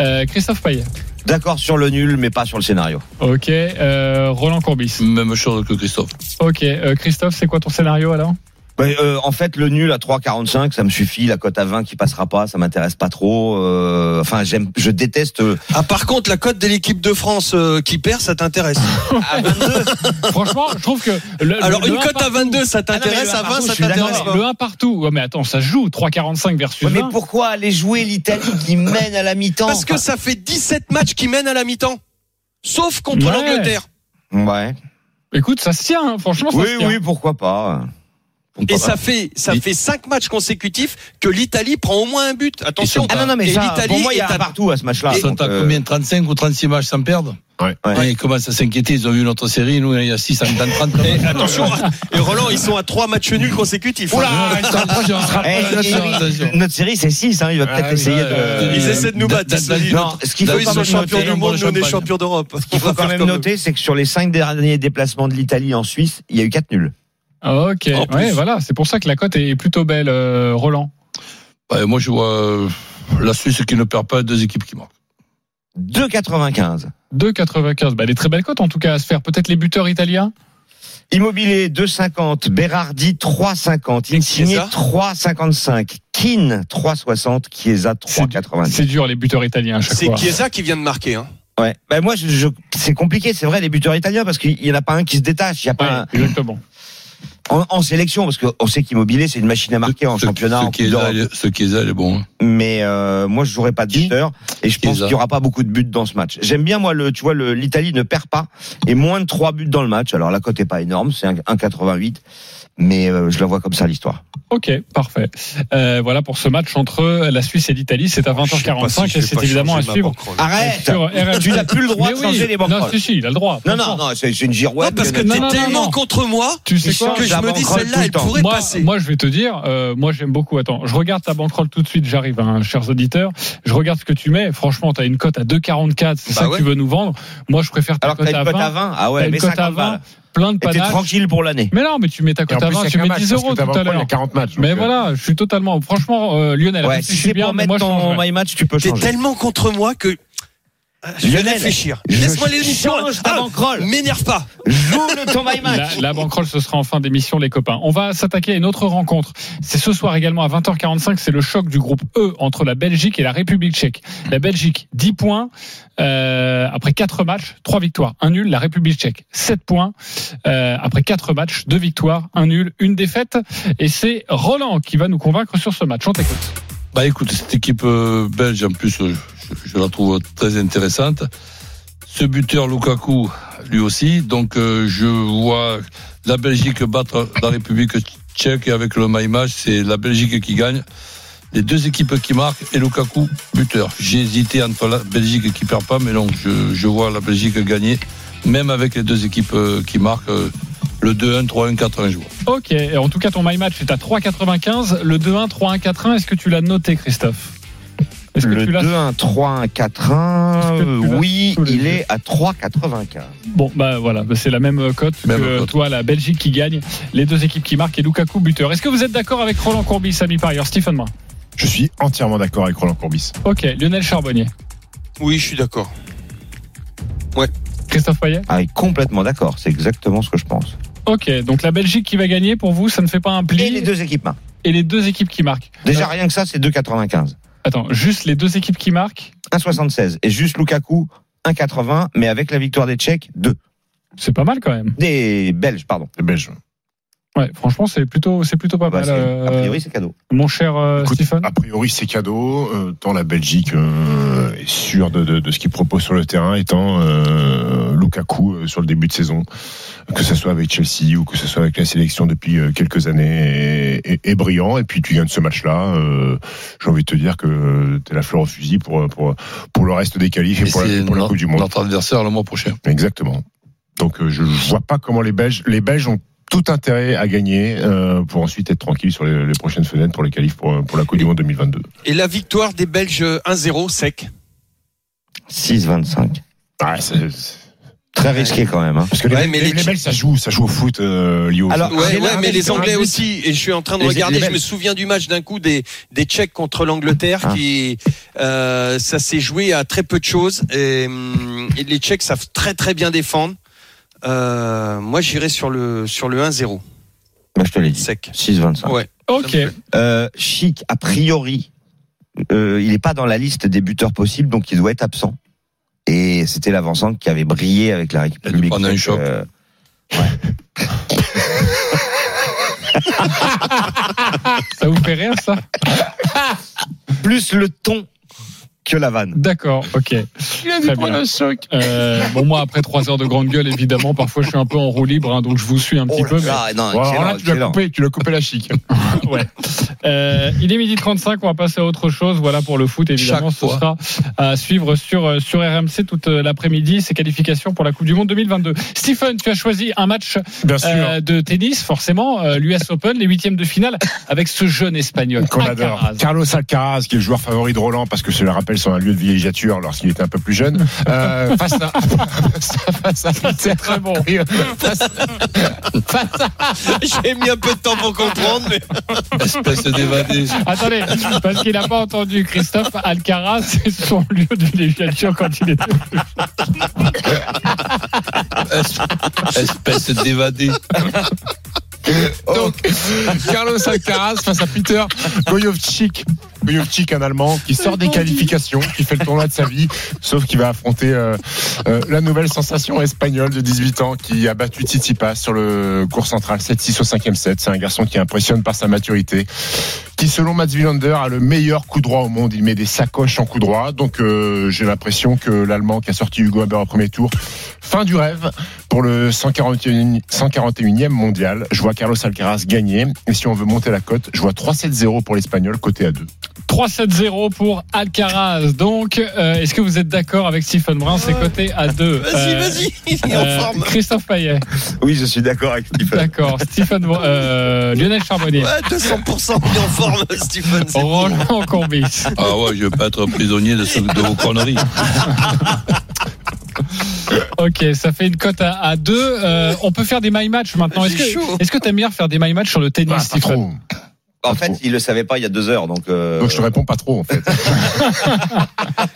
Euh, Christophe Payet. D'accord sur le nul, mais pas sur le scénario. Ok. euh, Roland Courbis. [LAUGHS] Même chose que Christophe. Ok. euh, Christophe, c'est quoi ton scénario alors Ben, euh, en fait, le nul à 3,45, ça me suffit. La cote à 20 qui passera pas, ça m'intéresse pas trop. Euh, enfin, j'aime, je déteste. euh, Ah par contre, la cote de l'équipe de France euh, qui perd, ça t'intéresse. Ah, À [LAUGHS] 22, Franchement, je trouve que. le- le- Alors le une un cote à partout- 22, ça t'intéresse, Ah non, mais à 20, je ça suis t'intéresse d'accord. pas. Le 1 partout. Ouais, mais attends, ça joue. 3,45 versus Ouais, mais 20. pourquoi aller jouer l'Italie qui mène à la mi-temps Parce que ça fait 17 matchs qui mènent à la mi-temps. Sauf contre Ouais. l'Angleterre. Ouais. Écoute, ça se tient. hein, Franchement, ça Oui, se tient. oui, pourquoi pas. Pourquoi Et pas. ça fait, ça fait 5 matchs consécutifs que l'Italie prend au moins un but. Attention. Ah non, non, mais Et ça, pour l'Italie moi, il y est a à- un partout à ce match-là. Ils sont Donc, à euh, combien 35 ou 36 matchs sans perdre Ouais. Ouais, Ils commencent à s'inquiéter. Ils ont vu notre série. Nous, il y a 6 en 30 Eh, Et [LAUGHS] attention. Et Roland, ils sont à 3 matchs nuls consécutifs. [LAUGHS] Oula, ils se rapprochent, on se rapproche, eh, attention, hein. Eric, attention. notre série, c'est 6. Hein, il va Ah peut-être oui, essayer ouais, de. Ils essaient de nous battre. Dan- Dan- Euh, Non, ce qu'il faut, Eux, ils sont Faut quand même champions noter, du on boit monde, le nous on est champagne. champions d'Europe. qu'il faut quand même noter, c'est que sur les 5 derniers déplacements de l'Italie en Suisse, il y a eu 4 nuls. Ok. En plus. Ouais, voilà. C'est pour ça que la cote est plutôt belle, euh, Roland. Ouais, Moi, je vois euh, la Suisse qui ne perd pas, deux équipes qui marquent. 2,95. 2,95. Bah, des très belles cotes en tout cas à se faire. Peut-être les buteurs italiens. Immobilier 2,50. Berardi 3,50. Et Insigné Chiesa 3,55. Keane 3,60. Chiesa C'est 3,90. C'est dur les buteurs italiens à chaque C'est fois. Chiesa qui vient de marquer. Hein. Ouais. Ben moi, je, je- c'est compliqué, c'est vrai, les buteurs italiens, parce qu'il n'y en a pas un qui se détache. Il y a Ouais, pas un- exactement. en, en sélection, parce qu'on sait qu'immobilier, c'est une machine à marquer en Ce- championnat. ce en qui est Coupe là, d'Europe. il- Ce qui est là, il est bon. hein. mais euh, moi je jouerai pas de Qui buteur et je pense Chiesa. qu'il y aura pas beaucoup de buts dans ce match. J'aime bien moi le tu vois le l'Italie ne perd pas et moins de 3 buts dans le match. Alors la cote est pas énorme, c'est un- 1,88 mais euh, je la vois comme ça l'histoire. Ok, parfait. Euh, voilà pour ce match entre la Suisse et l'Italie. C'est à Oh, Je sais pas 20h45 si je et vais c'est pas évidemment à changer ma suivre. banquerolle. Arrête Eh, Sur euh, RMC. Tu n'as plus le droit Mais de changer oui. les Non, banquerolles. si, si, il a le droit. Non Franchement. non non, c'est c'est une girouette. non, parce que Lionel. non, t'es non, tellement non. contre moi Tu sais Il quoi change que je la me banquerolle dis tout celle-là, le elle temps. pourrait moi, passer. moi, je vais te dire, euh, moi, j'aime beaucoup. Attends, je regarde ta banquerolle tout de suite, j'arrive, hein, chers auditeurs. Je regarde ce que tu mets. Franchement, tu as une cote à 2,44, c'est Bah ça ouais. que tu veux nous vendre. Moi, je préfère ta Alors que cote t'as à une cote 20. à 20. Ah T'as ouais, une mais cote à 50 20. balles. plein de Et t'es panaches. tranquille pour l'année. Mais non, mais tu mets ta Et en cote à plus, il y 20, a tu qu'un mets match, 10 parce que euros tout t'as à encore, Il y l'heure. a 40 matchs. Mais donc, euh, voilà, je suis totalement. Franchement, euh, Lionel, Ouais, même si je suis c'est bien, pour mais mettre moi, je ton changerais. my match, tu peux T'es changer. tellement contre moi que. Je vais Lionel, réfléchir. je- Laisse-moi l'émission. change ta Ah, banquerolle. M'énerve pas. Joue le ton [LAUGHS] my La, match. la banquerolle, ce sera en fin d'émission, les copains. On va s'attaquer à une autre rencontre. C'est ce soir également à 20h45. C'est le choc du groupe E entre la Belgique et la République tchèque. La Belgique, 10 points. euh, après 4 matchs, 3 victoires, 1 nul. La République tchèque, 7 points. euh, après 4 matchs, 2 victoires, 1 nul, 1 défaite. Et c'est Roland qui va nous convaincre sur ce match. On t'écoute. Bah écoute, cette équipe euh, belge, en plus, euh, je, je la trouve très intéressante. Ce buteur Lukaku, lui aussi. Donc euh, je vois la Belgique battre la République tchèque et avec le my match, c'est la Belgique qui gagne. Les deux équipes qui marquent et Lukaku buteur. J'ai hésité entre la Belgique qui perd pas, mais non, je, je vois la Belgique gagner, même avec les deux équipes euh, qui marquent. euh, le 2-1, 3-1, 4-1, je vois. Ok, et en tout cas, ton my match est à 3,95. Le 2-1, 3-1, 4-1, est-ce que tu l'as noté, Christophe Est-ce que Le tu l'as 2-1, Est-ce 3-1, 4-1. que tu l'as Oui, sous les il yeux est à 3,95. Bon, bah voilà, bah, c'est la même euh, cote Même que cote. toi, la Belgique qui gagne, les deux équipes qui marquent et Lukaku buteur. Est-ce que vous êtes d'accord avec Roland Courbis, Samy Parieur, Stephen Brun Je suis entièrement d'accord avec Roland Courbis. Ok, Lionel Charbonnier, Oui, je suis d'accord. Christophe Payet Ah, oui, complètement d'accord. C'est exactement ce que je pense. Ok, donc la Belgique qui va gagner, pour vous, ça ne fait pas un pli. Et les deux équipes marquent. et les deux équipes qui marquent. Déjà, rien que ça, c'est 2,95. Attends, juste les deux équipes qui marquent, 1,76. Et juste Lukaku, 1,80. Mais avec la victoire des Tchèques, 2. c'est pas mal quand même. Des Belges, pardon. Les Belges. Ouais, franchement, c'est plutôt, c'est plutôt pas Bah, mal, c'est- euh, a priori, ah, c'est cadeau. mon cher euh, Écoute, Stephen. A priori, c'est cadeau, euh, tant la Belgique euh, est sûre de, de- de ce qu'il propose sur le terrain, étant euh, Lukaku euh, sur le début de saison, que ce soit avec Chelsea ou que ce soit avec la sélection depuis euh, quelques années, est, est- est brillant. Et puis tu gagnes ce match-là, euh, j'ai envie de te dire que t'es la fleur au fusil pour, euh, pour, pour le reste des qualifs et, Et pour, la, c'est pour la no- Coupe du Monde. notre adversaire le [LAUGHS] mois prochain. Exactement. Donc euh, je vois pas comment les Belges, les Belges ont tout intérêt à gagner euh, pour ensuite être tranquilles sur les, les prochaines fenêtres pour les qualifs pour, pour la Coupe du Monde 2022. Et la victoire des Belges euh, 1-0 sec. 6,25. Ah, c'est- c'est- Très risqué quand même. hein. parce que les, Ouais, les- mais les les- Belges ça joue, ça joue au foot, euh, Lio. Alors, Ouais, Angela ouais, mais Merkel, les Anglais Angela- aussi. Et je suis en train de Les- regarder. les Je me Belges. souviens du match d'un coup des des Tchèques contre l'Angleterre Ah. qui euh, ça s'est joué à très peu de choses. Et, hum, et les Tchèques savent très très bien défendre. Euh, moi, j'irai sur le sur le 1-0 Moi, bah, je te l'ai dit. sec. 6,25. Ouais. [LAUGHS] Ok, Euh, Chic, a priori, euh, il n'est pas dans la liste des buteurs possibles, donc il doit être absent. Et c'était l'avancante qui avait brillé avec la dû République. prendre un tchèque, choc. euh, ça vous fait rire ça plus le ton que la vanne. D'accord, ok. Très bien. Euh, bon, moi, après trois heures de grande gueule, évidemment, parfois je suis un peu en roue libre, hein, donc je vous suis un petit Oh là peu. mais- là, non, Bon, alors là, excellent, tu l'as excellent. coupé, tu l'as coupé la chic. Ouais. Euh, il est midi 35, on va passer à autre chose. Voilà pour le foot, évidemment, Chaque ce sera à suivre sur, euh, sur RMC toute euh, l'après-midi, ses qualifications pour la Coupe du Monde 2022. Stephen, tu as choisi un match Bien sûr. euh, de tennis, forcément, euh, l'US Open, les huitièmes de finale, avec ce jeune espagnol. qu'on [LAUGHS] adore. Alcaraz. Carlos Alcaraz, qui est le joueur favori de Roland, parce que je le rappelle, sur un lieu de villégiature lorsqu'il était un peu plus jeune, euh, [LAUGHS] face à, face à, face à- Très bon. J'ai mis un peu de temps pour comprendre. Mais... Espèce d'évadé. Attendez, parce qu'il n'a pas entendu Christophe Alcaraz, c'est son lieu de villégiature quand il était. Espèce d'évadé. [LAUGHS] Donc, Carlos Alcaraz face à Peter Goyovchik. Goyovchik, un Allemand qui sort des qualifications, qui fait le tournoi de sa vie, sauf qu'il va affronter euh, euh, la nouvelle sensation espagnole de 18 ans qui a battu Tsitsipas sur le cours central 7-6 au 5 set. C'est un garçon qui impressionne par sa maturité, qui selon Mats Wilander a le meilleur coup droit au monde. Il met des sacoches en coup droit, donc euh, j'ai l'impression que l'Allemand qui a sorti Hugo Humbert au premier tour, fin du rêve pour le 141, 141e mondial. Je vois Carlos Alcaraz gagner. Et si on veut monter la cote, je vois 3-7-0 pour l'Espagnol, côté à 2. 3-7-0 pour Alcaraz. Donc, euh, est-ce que vous êtes d'accord avec Stephen Brun C'est coté à 2. Vas-y, Euh, vas-y. Il est en forme. Christophe Payet, Oui, je suis d'accord [LAUGHS] avec Stephen. d'accord. Stephen, Brun- euh, Lionel Charbonnier, Ouais, 200%. Il est [LAUGHS] en forme, Stephen. c'est bon. Roland Courbis. Ah ouais, je veux pas être prisonnier de, ce- de vos conneries. Ok, ça fait une cote à, 2 deux. Euh, on peut faire des my match maintenant. Est-ce J'ai chaud. que est-ce que t'aimes bien faire des my match sur le Ah, tennis, Bah, pas Stephen trop. En Pas fait, trop. il le savait pas il y a deux heures, donc. euh, Donc je te réponds pas trop en fait.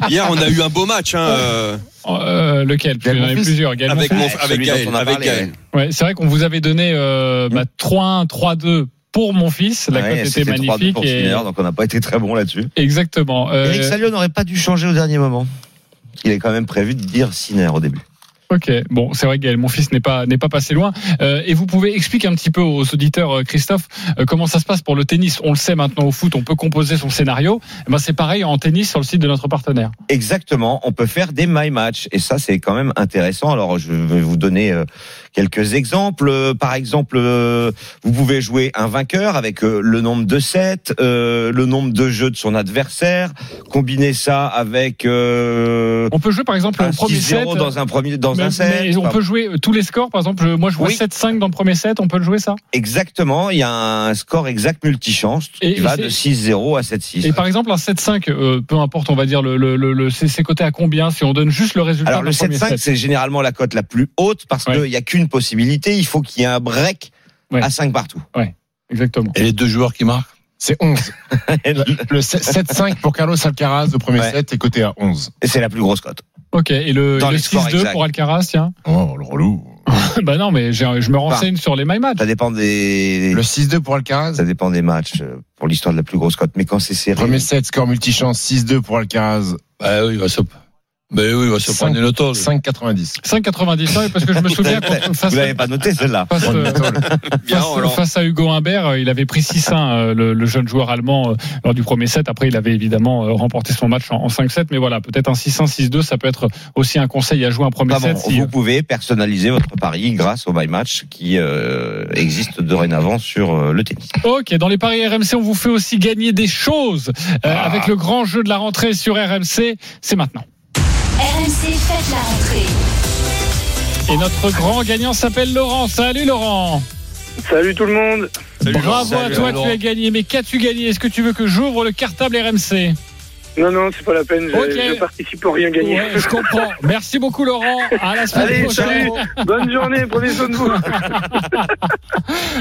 Hier, on a eu un beau match hein, euh, Euh, Lequel Parce qu'il y en Gaël avait Monfils. plusieurs. Gaël avec, Monfils. mon, Ouais, avec celui dont Gaël. on a avec parlé, Gaël. ouais. Ouais, c'est vrai qu'on vous avait donné euh, bah, 3-1, 3-2 pour mon fils. La ouais, cote était c'était 3-2 magnifique. pour et- Sinner, donc on n'a pas été très bon là-dessus. Exactement. Euh, Eric Salio n'aurait pas dû changer au dernier moment. Il est quand même prévu de dire Sinner au début. Ok, bon, c'est vrai, Gaël, mon fils n'est pas n'est pas passé loin. Euh, et vous pouvez expliquer un petit peu aux auditeurs, euh, Christophe, euh, comment ça se passe pour le tennis. On le sait maintenant au foot, on peut composer son scénario. Eh ben, c'est pareil en tennis sur le site de notre partenaire. Exactement, on peut faire des my match et ça c'est quand même intéressant. Alors je vais vous donner euh, quelques exemples. Euh, Par exemple, euh, vous pouvez jouer un vainqueur avec euh, le nombre de sets, euh, le nombre de jeux de son adversaire, combiner ça avec euh, On peut jouer par exemple un au premier set. euh, 6-0 dans un premier dans mais- un set. mais on Enfin, peut jouer tous les scores, par exemple, je- moi je vois Oui. 7-5 dans le premier set, on peut le jouer ça Exactement, il y a un score exact multichance Et- qui et va c'est- de 6-0 à 7-6. Et par exemple un 7-5, euh, peu importe, on va dire le, le, le, le- c'est c'est coté à combien si on donne juste le résultat Alors dans le le premier 7-5, set c'est généralement la cote la plus haute parce Ouais. qu'il n'y a qu'une possibilité, il faut qu'il y ait un break Ouais. à 5 partout. Exactement. Et les deux joueurs qui marquent C'est 11. Le le 7-5 pour Carlos Alcaraz au premier Ouais. set est coté à 11. Et c'est la plus grosse cote. Ok, et le, Dans le les scores 6-2 exacts. pour Alcaraz, tiens [LAUGHS] Oh, le relou. Bah non, mais j'ai- je me renseigne sur les My Match. Ça dépend des Le 6-2 pour Alcaraz. ça dépend des matchs euh, pour l'histoire de la plus grosse cote. Mais quand c'est serré, Premier set, score multichance, 6-2 pour Alcaraz, Ben oui, il va se, ben oui, il va se Cinq- prendre une tôle. 5,90. 5,90 ouais, parce que je me souviens qu'on- face, vous l'avez pas noté celle-là. face, Oh, euh, Ah, Bien, face- alors. face à Hugo Humbert, euh, il avait pris 6-1 euh, le, le jeune joueur allemand euh, lors du premier set. Après, il avait évidemment euh, remporté son match en, en 5-7. Mais voilà, peut-être un 6-1, 6-2, ça peut être aussi un conseil à jouer un premier Ah bon, set. si- hein. vous pouvez personnaliser votre pari grâce au My Match qui euh, existe dorénavant sur euh, le tennis. Ok, dans les paris RMC, on vous fait aussi gagner des choses euh, Ah. avec le grand jeu de la rentrée sur RMC. C'est maintenant. RMC, faites la rentrée. Et notre grand gagnant s'appelle Laurent. Salut Laurent. Salut tout le monde. Bravo à Salut, toi, Laurent. tu as gagné. Mais qu'as-tu gagné Est-ce que tu veux que j'ouvre le cartable RMC Non, non, c'est pas la peine. Je, Ok. je participe pour rien gagner. Ouais, je [LAUGHS] comprends. Merci beaucoup Laurent. À la semaine Allez, prochaine. salut. Bonne journée. Prenez soin de [LAUGHS] vous.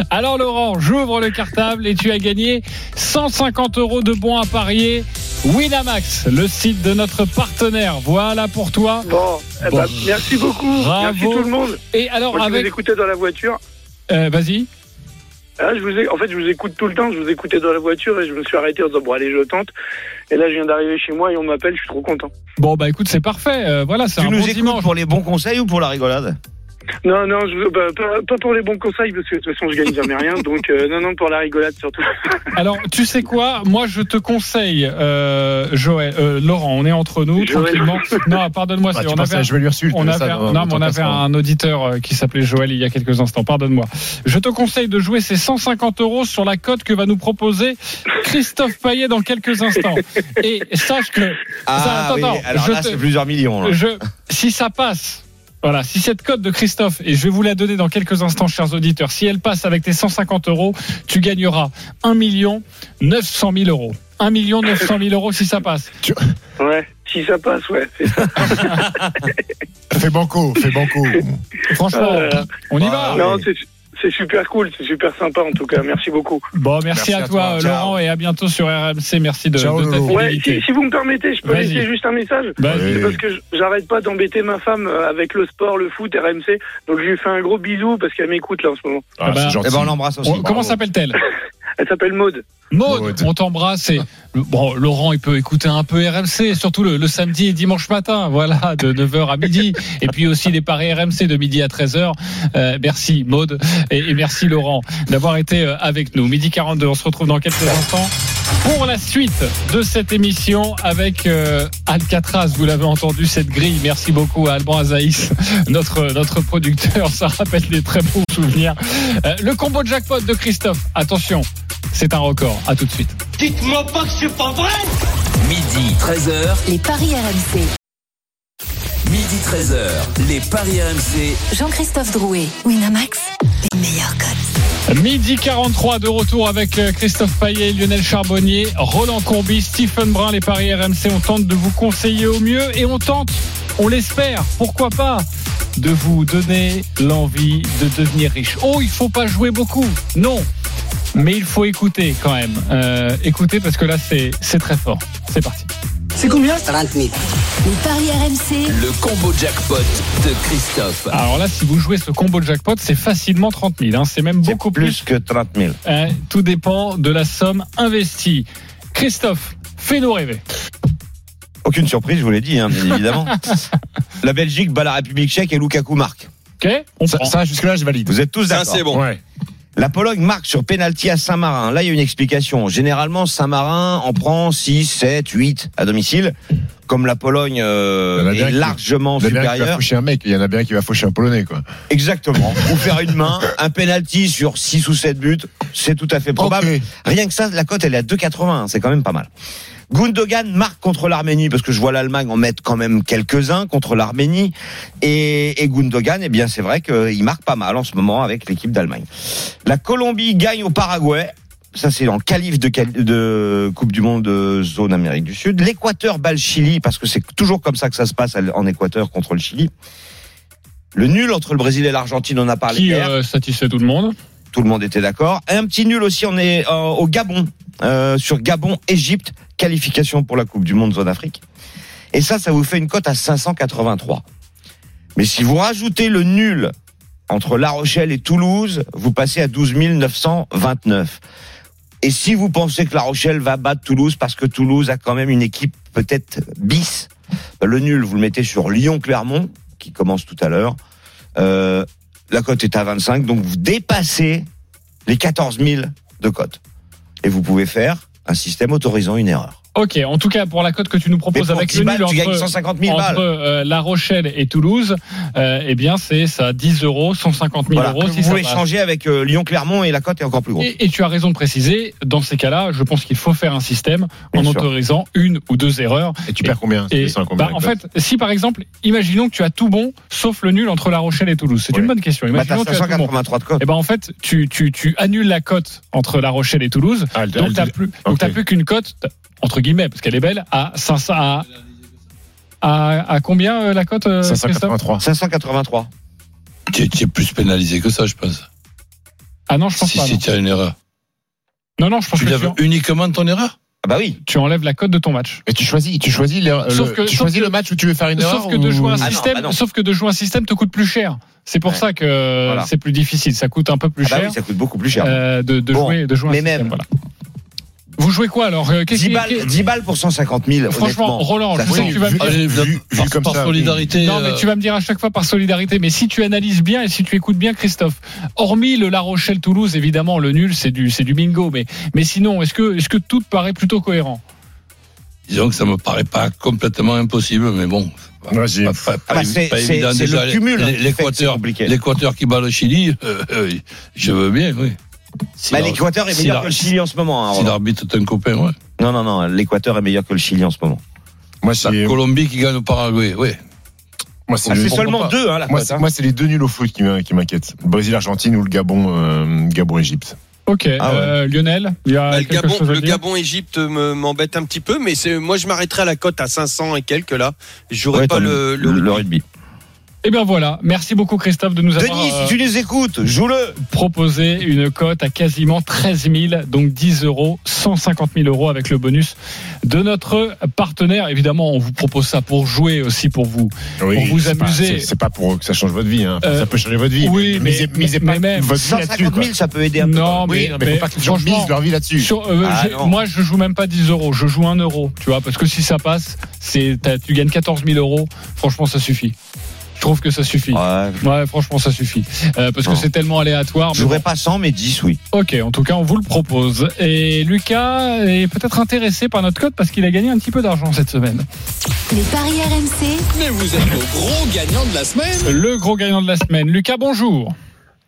Alors Laurent, j'ouvre le cartable et tu as gagné 150 euros de bons à parier. Winamax, le site de notre partenaire. Voilà pour toi. Bon, eh Bon. ben, merci beaucoup. Bravo. Merci tout le monde. Et alors Moi, je vous avec, écoutais dans la voiture. euh, vas-y. Ah, je vous ai- En fait, je vous écoute tout le temps. Je vous écoutais dans la voiture et je me suis arrêté en disant bon allez, je tente. Et là, je viens d'arriver chez moi et on m'appelle. Je suis trop content. Bon bah écoute, c'est parfait. Euh, voilà, c'est Tu un nous bon écoutes dimanche. pour les bons conseils ou pour la rigolade Non, non, je... bah, pas, pas pour les bons conseils parce que de toute façon, je gagne jamais [LAUGHS] rien. Donc euh, non, non, pour la rigolade surtout. Alors tu sais quoi Moi je te conseille, euh, Joël, euh, Laurent, on est entre nous Joël. tranquillement. Non, pardonne-moi, Bah, c'est- tu on penses avait à un- je vais lui reçu. On avait, un, non, mais on avait un auditeur euh, qui s'appelait Joël il y a quelques instants. Pardonne-moi. Je te conseille de jouer ces 150 euros sur la cote que va nous proposer Christophe Payet dans quelques instants. Et sache que attends, Ah oui, attends, alors je là te- c'est plusieurs millions. là. je, si ça passe, voilà, si cette cote de Christophe, et je vais vous la donner dans quelques instants, chers auditeurs, si elle passe avec tes 150 euros, tu gagneras 1 million 900 000 euros. 1 million 900 000 euros si ça passe. Ouais. Si ça passe, ouais. Fais banco, fais banco. Eh. Franchement, Euh, on y Ah va. non, c'est c'est super cool, c'est super sympa en tout cas. Merci beaucoup. Bon, merci, Merci à toi, à toi. euh, Ciao. Laurent, et à bientôt sur RMC. Merci de, Ciao, de ta Lolo. Ouais, fidélité. Bah, si, si vous me permettez, je peux Vas-y. laisser juste un message. Vas-y. Ouais. Parce que je- j'arrête pas d'embêter ma femme euh, avec le sport, le foot, RMC. Donc je lui fais un gros bisou parce qu'elle m'écoute là en ce moment. Ah, bah, c'est Eh gentil. ben on l'embrasse aussi. On- bravo. comment s'appelle-t-elle Elle s'appelle Maude. Maud, Maud. on t'embrasse. Et, bon, Laurent, il peut écouter un peu RMC, surtout le, le samedi et dimanche matin, voilà, de 9h à midi. Et puis aussi les paris RMC de midi à 13h. Euh, merci Maud et, et merci Laurent d'avoir été euh, avec nous. Midi 42, on se retrouve dans quelques instants. Pour la suite de cette émission avec euh, Alcatraz, vous l'avez entendu cette grille. Merci beaucoup à Alban Azaïs, notre notre producteur. Ça rappelle des très bons souvenirs. Euh, le combo de jackpot de Christophe. Attention, c'est un record. À tout de suite. Dites-moi pas que c'est pas vrai Midi 13h, Les paris RMC. midi 13h, les Paris RMC Jean-Christophe Drouet. Winamax, les meilleurs cotes. Midi 43 de retour avec euh, Christophe Payet, Lionel Charbonnier, Roland Combi, Stephen Brun, les Paris RMC. On tente de vous conseiller au mieux et on tente, on l'espère, pourquoi pas, de vous donner l'envie de devenir riche. Oh, il faut pas jouer beaucoup. Non. Mais il faut écouter quand même. Euh, écoutez parce que là, c'est c'est très fort. C'est parti. C'est combien 30 000. Les paris RMC, Le combo jackpot de Christophe. Alors là, si vous jouez ce combo jackpot, c'est facilement 30 000. hein. C'est même C'est beaucoup plus. plus que 30 000. hein. Tout dépend de la somme investie. Christophe, fais-nous rêver. Aucune surprise, je vous l'ai dit, hein, bien [LAUGHS] évidemment. la Belgique bat la République tchèque et Lukaku marque. Ok On Ça, prend. ça, jusque-là, je valide. Vous êtes tous Ça, d'accord c'est bon. Ouais. La Pologne marque sur pénalty à Saint-Marin. Là, il y a une explication. Généralement, Saint-Marin en prend 6, 7, 8 à domicile. Comme la Pologne euh, Il y en a bien est qui- largement Il y en a bien qui va supérieure. faucher un mec, il y en a bien qui va faucher un Polonais, quoi. Exactement. Ou faire une main, un penalty sur 6 ou 7 buts, c'est tout à fait probable. Ok. Rien que ça, la cote, elle est à 2,80. C'est quand même pas mal. Gundogan marque contre l'Arménie, parce que je vois l'Allemagne en mettre quand même quelques-uns contre l'Arménie. Et, et Gundogan, eh bien, c'est vrai qu'il marque pas mal en ce moment avec l'équipe d'Allemagne. La Colombie gagne au Paraguay. Ça, c'est en qualif de, quali- de Coupe du Monde de zone Amérique du Sud. L'Équateur bat le Chili, parce que c'est toujours comme ça que ça se passe en Équateur contre le Chili. Le nul entre le Brésil et l'Argentine, on en a parlé Qui hier euh, satisfait tout le monde tout le monde était d'accord. Un petit nul aussi, on est euh, au Gabon, euh, sur Gabon-Égypte, qualification pour la Coupe du Monde Zone Afrique. Et ça, ça vous fait une cote à 583. Mais si vous rajoutez le nul entre La Rochelle et Toulouse, vous passez à 12 929. Et si vous pensez que La Rochelle va battre Toulouse parce que Toulouse a quand même une équipe peut-être bis, ben, le nul, vous le mettez sur Lyon-Clermont, qui commence tout à l'heure. Euh, la cote est à 25, donc vous dépassez les 14 000 de cote. Et vous pouvez faire un système autorisant une erreur. Ok, en tout cas, pour la cote que tu nous Mais proposes pour avec 10 le balles, nul tu gagnes entre, 150 000 entre, balles. euh, La Rochelle et Toulouse, euh, eh bien, c'est ça 10 euros, 150 000 Voilà, euros. que si vous ça pouvez passe. changer avec euh, Lyon-Clermont et la cote est encore plus grosse. Et, et tu as raison de préciser, dans ces cas-là, je pense qu'il faut faire un système Bien en sûr. autorisant une ou deux erreurs. Et tu perds combien Et C'est ça, combien, bah, la en cote fait, si par exemple, imaginons que tu as tout bon sauf le nul entre La Rochelle et Toulouse. C'est Ouais. une bonne question. Bah, t'as Imaginons que tu as tout bon. 583 de cote. Et ben en fait, tu, tu, tu annules la cote entre La Rochelle et Toulouse. Ah, elle- Donc elle- t'as plus, donc ok. t'as plus qu'une cote entre guillemets parce qu'elle est belle à 500 à à, à combien euh, la cote euh, Christophe 583. 583. Tu es, tu es plus pénalisé que ça, je pense. Ah non, je pense si pas. si non. tu as une erreur. Non non, je pense Tu que lèves tu, uniquement ton erreur Ah bah oui. tu enlèves la cote de ton match. Et tu choisis, tu choisis, le, Sauf le- que- tu sauf choisis que- le match où tu veux faire une erreur. Sauf que de jouer un ou- Ah non, système, bah non. sauf que de jouer un système te coûte plus cher. C'est pour Ouais. ça que euh, Voilà. c'est plus difficile, ça coûte un peu plus Ah bah cher oui, ça coûte beaucoup plus cher. euh, de, de Bon, jouer de jouer un mais système. même. voilà. Vous jouez quoi alors Euh, qu'est-ce 10, qui- balles, qu'est- 10 balles pour 150 000. Franchement, honnêtement. Roland, Ça je sais sent- que tu vas me dire- Allez, Vu- vu, vu comme Ah, par ça, solidarité. euh, Non, mais tu vas me dire à chaque fois par solidarité. Mais si tu analyses bien et si tu écoutes bien, Christophe, hormis le La Rochelle-Toulouse, évidemment, le nul, c'est du, c'est du bingo. Mais, mais sinon, est-ce que, est-ce que tout te paraît plutôt cohérent Disons que ça me paraît pas complètement impossible, mais bon. Vas-y. Pas, pas- Ah pas bah, c'est- évident. c'est- Déjà, c'est le l'é- cumul, hein, qui fait que c'est L'Équateur, compliqué. l'Équateur qui bat le Chili, euh, euh, je veux bien, oui. Si Bah, l'ar- L'Équateur est si meilleur l'ar- que le Chili en ce moment. hein, Si Roland. l'arbitre est un copain, ouais. non, non, non. L'Équateur est meilleur que le Chili en ce Ah, moment. Moi, La c'est Colombie qui gagne au Paraguay, oui. moi, c'est Ah, le- c'est comprends seulement pas. deux, hein, la moi, cote. c'est- hein. moi, c'est les deux nuls au foot qui m'in- qui m'inquiètent. Brésil-Argentine ou le Gabon, euh, Gabon-Égypte. Ok, Ah ouais. euh, Lionel, il y a Bah, le quelque Gabon, chose à le dire Gabon, Égypte me- m'embête un petit peu, mais c'est, moi je m'arrêterai à la cote à 500 et quelques là. J'aurais Ouais, pas t'as le, le- le rugby. Eh bien voilà, merci beaucoup Christophe de nous avoir Denis, euh, si tu nous écoutes, joue-le. proposé une cote à quasiment 13 000, donc 10 euros, 150 000 euros avec le bonus de notre partenaire. Évidemment, on vous propose ça pour jouer aussi, pour vous Pour vous c'est pas- amuser. c'est- C'est pas pour que ça change votre vie. hein. Euh, ça peut changer votre vie. oui, mais- misez, misez mais pas même votre vie là-dessus. 150 quoi. 000, ça peut aider un peu. Non, Oui, mais, non, mais, mais faut pas que les gens franchement, misent leur vie là-dessus. Sur, euh, Ah, j'ai- non. moi, je joue même pas 10 euros, je joue 1 euro, tu vois, parce que si ça passe, c'est, t'as- tu gagnes 14 000 euros. Franchement, ça suffit. Je trouve que ça suffit. Ouais, Ouais, franchement, ça suffit. Euh, parce que Non. c'est tellement aléatoire. je mais jouerais pas 100, mais 10, oui. bon. Ok, en tout cas, on vous le propose. Et Lucas est peut-être intéressé par notre code parce qu'il a gagné un petit peu d'argent cette semaine. les paris RMC, Mais vous êtes le gros gagnant de la semaine. Le gros gagnant de la semaine. Lucas, bonjour.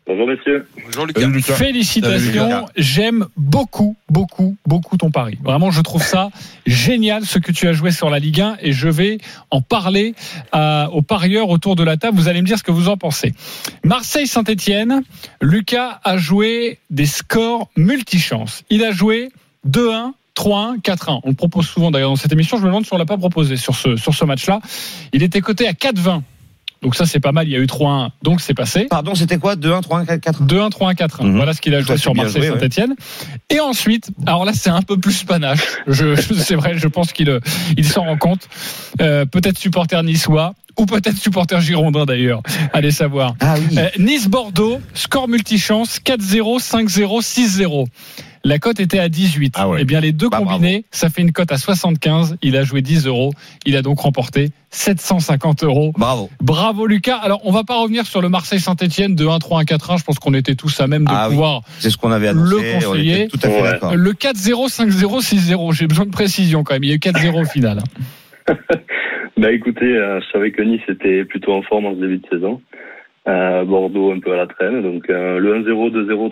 Bonjour messieurs. Bonjour Lucas. Euh, Salut, hein. Lucas. Félicitations. J'aime beaucoup, beaucoup, beaucoup ton pari. Vraiment, je trouve ça génial ce que tu as joué sur la Ligue 1 et je vais en parler à- aux parieurs autour de la table. Vous allez me dire ce que vous en pensez. Marseille-Saint-Etienne, Lucas a joué des scores multichances. Il a joué 2-1. 3-1, 4-1. On le propose souvent d'ailleurs dans cette émission. Je me demande si on l'a pas proposé sur ce, sur ce match-là. Il était coté à 4-20. Donc ça, c'est pas mal. Il y a eu 3-1, donc c'est passé. Pardon, c'était quoi 2, 1, 3, 4, 4 2-1, 3-1, 4-1. Mhm. Voilà ce qu'il a Ça, joué c'est sur bien Marseille joué, ouais. Saint-Etienne. Et ensuite, alors là, c'est un peu plus panache. [LAUGHS] Je, je- c'est vrai, je pense qu'il euh, il s'en rend compte. Euh, peut-être supporter niçois ou peut-être supporter girondin d'ailleurs. Allez savoir. Ah oui. Euh, Nice-Bordeaux, score multichance 4-0, 5-0, 6-0. La cote était à 18. Ah ouais. Eh bien, les deux Bah, combinés, ça fait une cote à 75. Il a joué 10 euros. Il a donc remporté 750 euros. Bravo. Bravo Lucas. Alors on va pas revenir sur le Marseille Saint-Etienne de 1-3 1-4-1. Je pense qu'on était tous à même de Ah oui. pouvoir. C'est ce qu'on avait annoncé. Le on conseiller. était tout à fait Ouais. d'accord. Le 4-0, 5-0, 6-0. J'ai besoin de précision quand même. Il y a eu 4-0 au final. hein. Bah écoutez, euh, je savais que Nice était plutôt en forme en ce début de saison. Euh, Bordeaux un peu à la traîne. Donc euh, le 1-0, 2-0,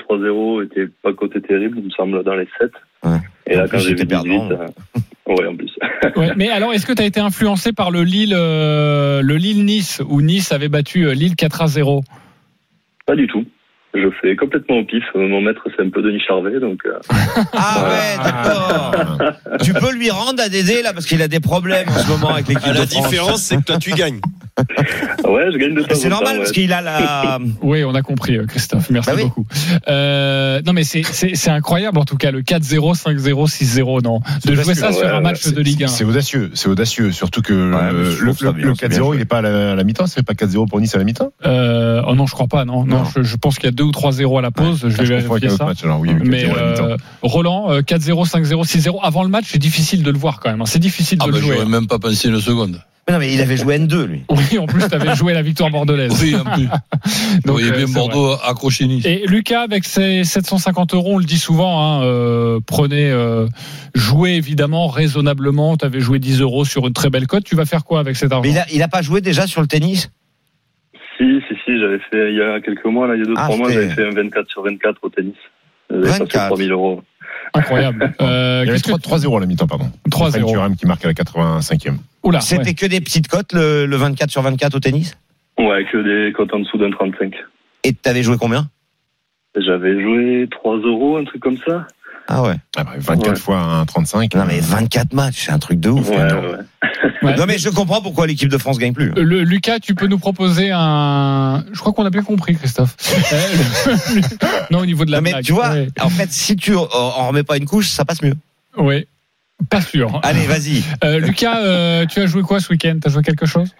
3-0 était pas côté terrible, il me semble, dans les 7. Ouais. Et En là, plus, quand j'ai vu c'était 18, perdant. euh, ouais, en plus. Ouais. Mais alors, est-ce que tu as été influencé par le Lille, euh, le Lille Nice où Nice avait battu euh, Lille 4 à 0 Pas du tout. Je fais complètement au pif. Euh, Mon maître, c'est un peu Denis Charvet, donc euh, Ah [LAUGHS] ouais, d'accord. tu peux lui rendre à Dédé, là, parce qu'il a des problèmes en ce moment avec l'équipe Ah, de la France. différence, c'est que toi, tu gagnes. [LAUGHS] ouais, je gagne de temps en temps. C'est normal, ouais. parce qu'il a la... Oui, on a compris, euh, Christophe. Merci Bah oui. beaucoup. Euh, non, mais c'est- c'est c'est incroyable en tout cas, le 4-0, 5-0, 6-0, non De jouer ça ouais, sur un ouais, match Bah, C'est- de Ligue 1. C'est audacieux, c'est audacieux. Surtout que mais euh, je le, trouve ça le- bien, le c'est bien 4-0, il joué. n'est pas à la, à la mi-temps. Ça fait pas 4-0 pour Nice à la mi-temps Euh, oh non, je crois pas, non. non, Non. je, je pense qu'il y a 2 ou 3-0 à la pause. je Ah, vais confonds avec vérifier un autre ça. match, alors, oui, il y a eu Mais 4-0 à la mi-temps. euh, Roland, euh, 4-0, 5-0, 6-0. Avant le match, c'est difficile de le voir quand même. hein. C'est difficile Ah de ben, le jouer. j'aurais même pas pensé une seconde. Mais non, mais il avait joué N2, lui. [LAUGHS] Oui, en plus, t'avais joué la victoire bordelaise. [LAUGHS] Oui, en plus. Vous Donc, voyez euh, bien c'est Bordeaux accroché Nice. vrai. Et Lucas, avec ses 750 euros, on le dit souvent, hein, euh, prenez, euh, jouez évidemment raisonnablement. T'avais joué 10 euros sur une très belle cote. Tu vas faire quoi avec cet Mais argent il a, il a pas joué déjà sur le tennis Si, si, si, j'avais fait il y a quelques mois, là, il y a 2-3 Ah, mois, c'était- j'avais fait un 24 sur 24 au tennis. Euh, J'avais 24. passé 3000 euros. [LAUGHS] Incroyable. Euh, Il y avait qu'est-ce que- 3 3-0 à la mi-temps, pardon. 3-0. Frank Thuram qui marque à la 85e. Oula, C'était Ah, ouais. que des petites cotes, le, le 24 sur 24 au tennis Ouais, que des cotes en dessous d'un 35. Et t'avais joué combien J'avais joué 3 euros, un truc comme ça. Ah ouais. Ah bah, 24 Ouais. fois un 35. Non, mais 24 matchs, c'est un truc de ouf. Ouais, quand même. ouais. Ouais. Non, mais je comprends pourquoi l'équipe de France gagne plus. Le, Lucas, tu peux nous proposer un. Je crois qu'on a bien compris, [LAUGHS] Christophe. Euh, [LAUGHS] le- non, au niveau de la Non, mais blague. tu vois, Ouais. en fait, si tu en- en remets pas une couche, ça passe mieux. Ouais. Pas sûr. Ah. Allez, vas-y. Euh, Lucas, euh, tu as joué quoi ce week-end T'as joué quelque chose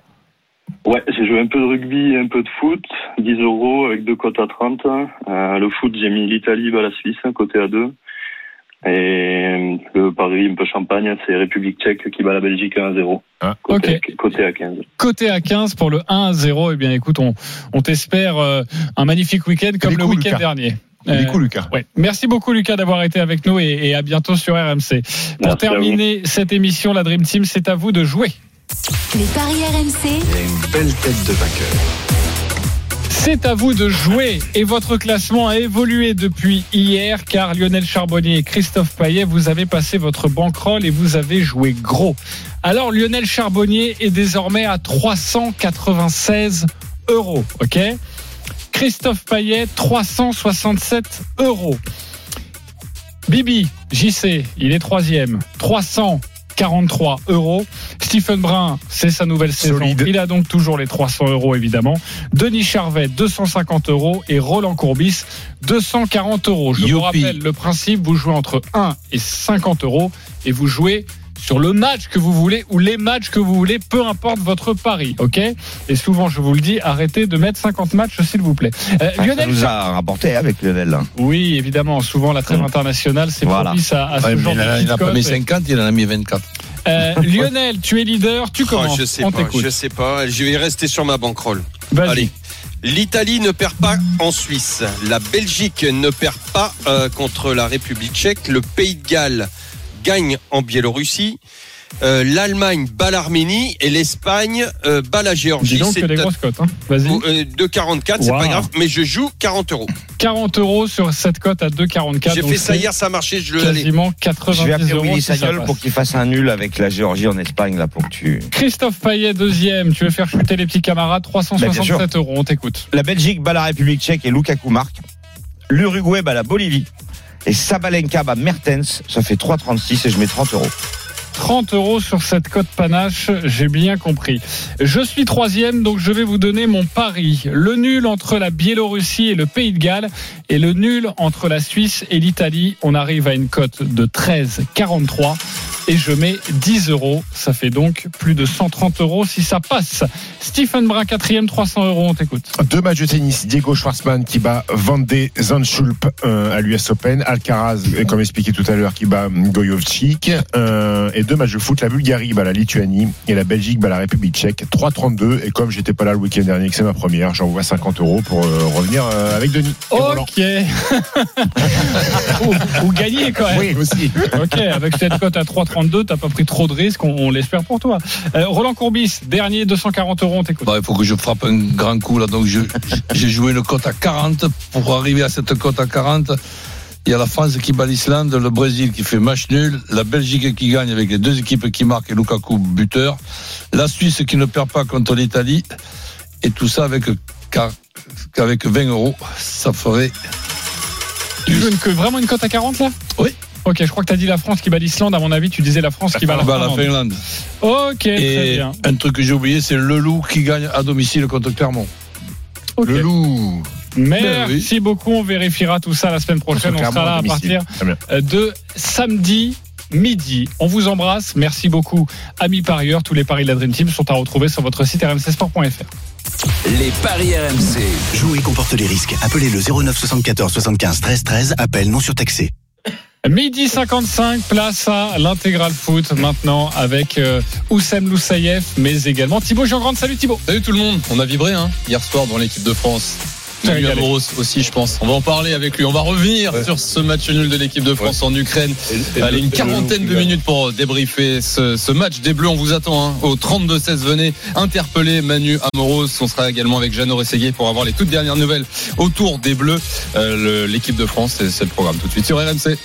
Ouais, j'ai joué un peu de rugby et un peu de foot, 10 euros avec deux cotes à 30. Euh, le foot, j'ai mis l'Italie bah, la Suisse, un côté à 2. Et euh, le Paris, un peu champagne, c'est République tchèque qui bat la Belgique 1 à 0. Ah, côté, côté à 15. Côté à 15 pour le 1 à 0. Eh bien, écoute, on, on t'espère euh, un magnifique week-end comme est le cool, week-end Lucas. dernier. Il est Euh, cool, Lucas. Ouais. Merci beaucoup Lucas d'avoir été avec nous et, et à bientôt sur RMC. Pour Merci à terminer cette émission, la Dream Team, c'est à vous de jouer. Les paris RMC, Il a une belle tête de vainqueur. C'est à vous de jouer et votre classement a évolué depuis hier car Lionel Charbonnier et Christophe Payet, vous avez passé votre bankroll et vous avez joué gros. Alors Lionel Charbonnier est désormais à 396 euros, ok Christophe Payet, 367 euros. Bibi, JC, il est troisième, 343 euros. Stephen Brun, c'est sa nouvelle Solide. saison. Il a donc toujours les 300 euros, évidemment. Denis Charvet, 250 euros. Et Roland Courbis, 240 euros. Je vous Youpi. rappelle le principe, vous jouez entre 1 et 50 euros et vous jouez sur le match que vous voulez ou les matchs que vous voulez, peu importe votre pari, ok Et souvent, je vous le dis, arrêtez de mettre 50 matchs, s'il vous plaît. Euh, Ah, Ça Lionel nous a rapporté avec Lionel. hein. oui, évidemment. Souvent, la trêve internationale, c'est Voilà. propice à, à Ouais, ce Ah, mais genre il de en a- il en petites a pas mis cotes. 50, il en a mis 24. Euh, Lionel, tu es leader, tu Oh, commences. je sais On pas, t'écoute. je sais pas. Je vais rester sur ma banquerolle. Vas-y. Allez. L'Italie ne perd pas en Suisse. La Belgique ne perd pas euh, contre la République tchèque. Le Pays de Galles gagne en Biélorussie. Euh, L'Allemagne bat l'Arménie et l'Espagne euh, bat la Dis Géorgie. donc que C'est des grosses cotes. hein. Vas-y. euh, 2,44, c'est Wow. pas grave, mais je joue 40 euros. 40 euros sur cette cote à 2,44. J'ai donc fait ça c'est hier, ça a marché, je le l'allais. Quasiment Je vais 90 appeler euros. Willy si ça Sagnol passe. pour qu'il fasse un nul avec la Géorgie en Espagne, là, pour que tu. Christophe Payet, deuxième. Tu veux faire chuter les petits camarades. Bah, 367 euros. On t'écoute. La Belgique bat la République tchèque et Lukaku marque. L'Uruguay bat la Bolivie. Et Sabalenka bat Mertens. Ça fait 3,36 et je mets 30 euros. 30 euros sur cette cote panache, j'ai bien compris. Je suis troisième, donc je vais vous donner mon pari. Le nul entre la Biélorussie et le Pays de Galles et le nul entre la Suisse et l'Italie. On arrive à une cote de 13,43 et je mets 10 euros. Ça fait donc plus de 130 euros si ça passe. Stephen Brun, quatrième, 300 euros, on t'écoute. Deux matchs de tennis. Diego Schwartzmann qui bat Vendée Zanschulp euh, à l'US Open. Alcaraz, euh, comme expliqué tout à l'heure, qui bat Goyovchik. Euh, et deux matchs de foot. La Bulgarie bat la Lituanie et la Belgique bat la République tchèque. 3-32. Et comme j'étais pas là le week-end dernier et que c'est ma première, j'envoie 50 euros pour euh, revenir euh, avec Denis. Et Roland. Ok. ou, ou gagner quand même. Oui, aussi. Ok, avec cette cote à 3,32, t'as pas pris trop de risques, on, on l'espère pour toi. Euh, Roland Courbis, dernier 240 euros, on t'écoute. Bah, il faut que je frappe un grand coup là. Donc je- j'ai joué une cote à 40 pour arriver à cette cote à 40. Il y a la France qui bat l'Islande, le Brésil qui fait match nul, la Belgique qui gagne avec les deux équipes qui marquent et Lukaku buteur, la Suisse qui ne perd pas contre l'Italie, et tout ça avec, quar- avec 20 euros, ça ferait. Tu veux une, que vraiment une cote à 40 là Oui. Ok, je crois que t'as dit la France qui bat l'Islande. À mon avis, tu disais la France qui bat la Bah, la Finlande. Finlande. Ok, très Et bien. un truc que j'ai oublié, c'est le loup qui gagne à domicile contre Clermont. Ok. Le loup. Merci beaucoup. On vérifiera tout ça la semaine prochaine. On Clairement, sera là à domicile. partir Très bien. euh, de samedi midi. On vous embrasse. Merci beaucoup, amis parieurs. Tous les paris de la Dream Team sont à retrouver sur votre site rmcsport.fr. Les paris RMC. Jouer comporte les risques. Appelez le 09 74 75 13 13. Appel non surtaxé. Midi 55, place à l'intégral foot maintenant avec euh, Oussem Loussaïef, mais également Thibaut Jean-Grande. Salut Thibaut. Salut tout le monde, on a vibré hein, hier soir dans l'équipe de France. T'as Manu régalé. Amoros aussi, je pense. On va en parler avec lui. On va revenir sur ce match nul de l'équipe de France en Ukraine. Allez, une quarantaine de minutes pour débriefer ce, ce match des Bleus. On vous attend hein, au 32-16. Venez interpeller Manu Amoros. On sera également avec Jeannot Rességuier pour avoir les toutes dernières nouvelles autour des Bleus. Euh, le- l'équipe de France, c'est c'est le programme tout de suite sur RMC.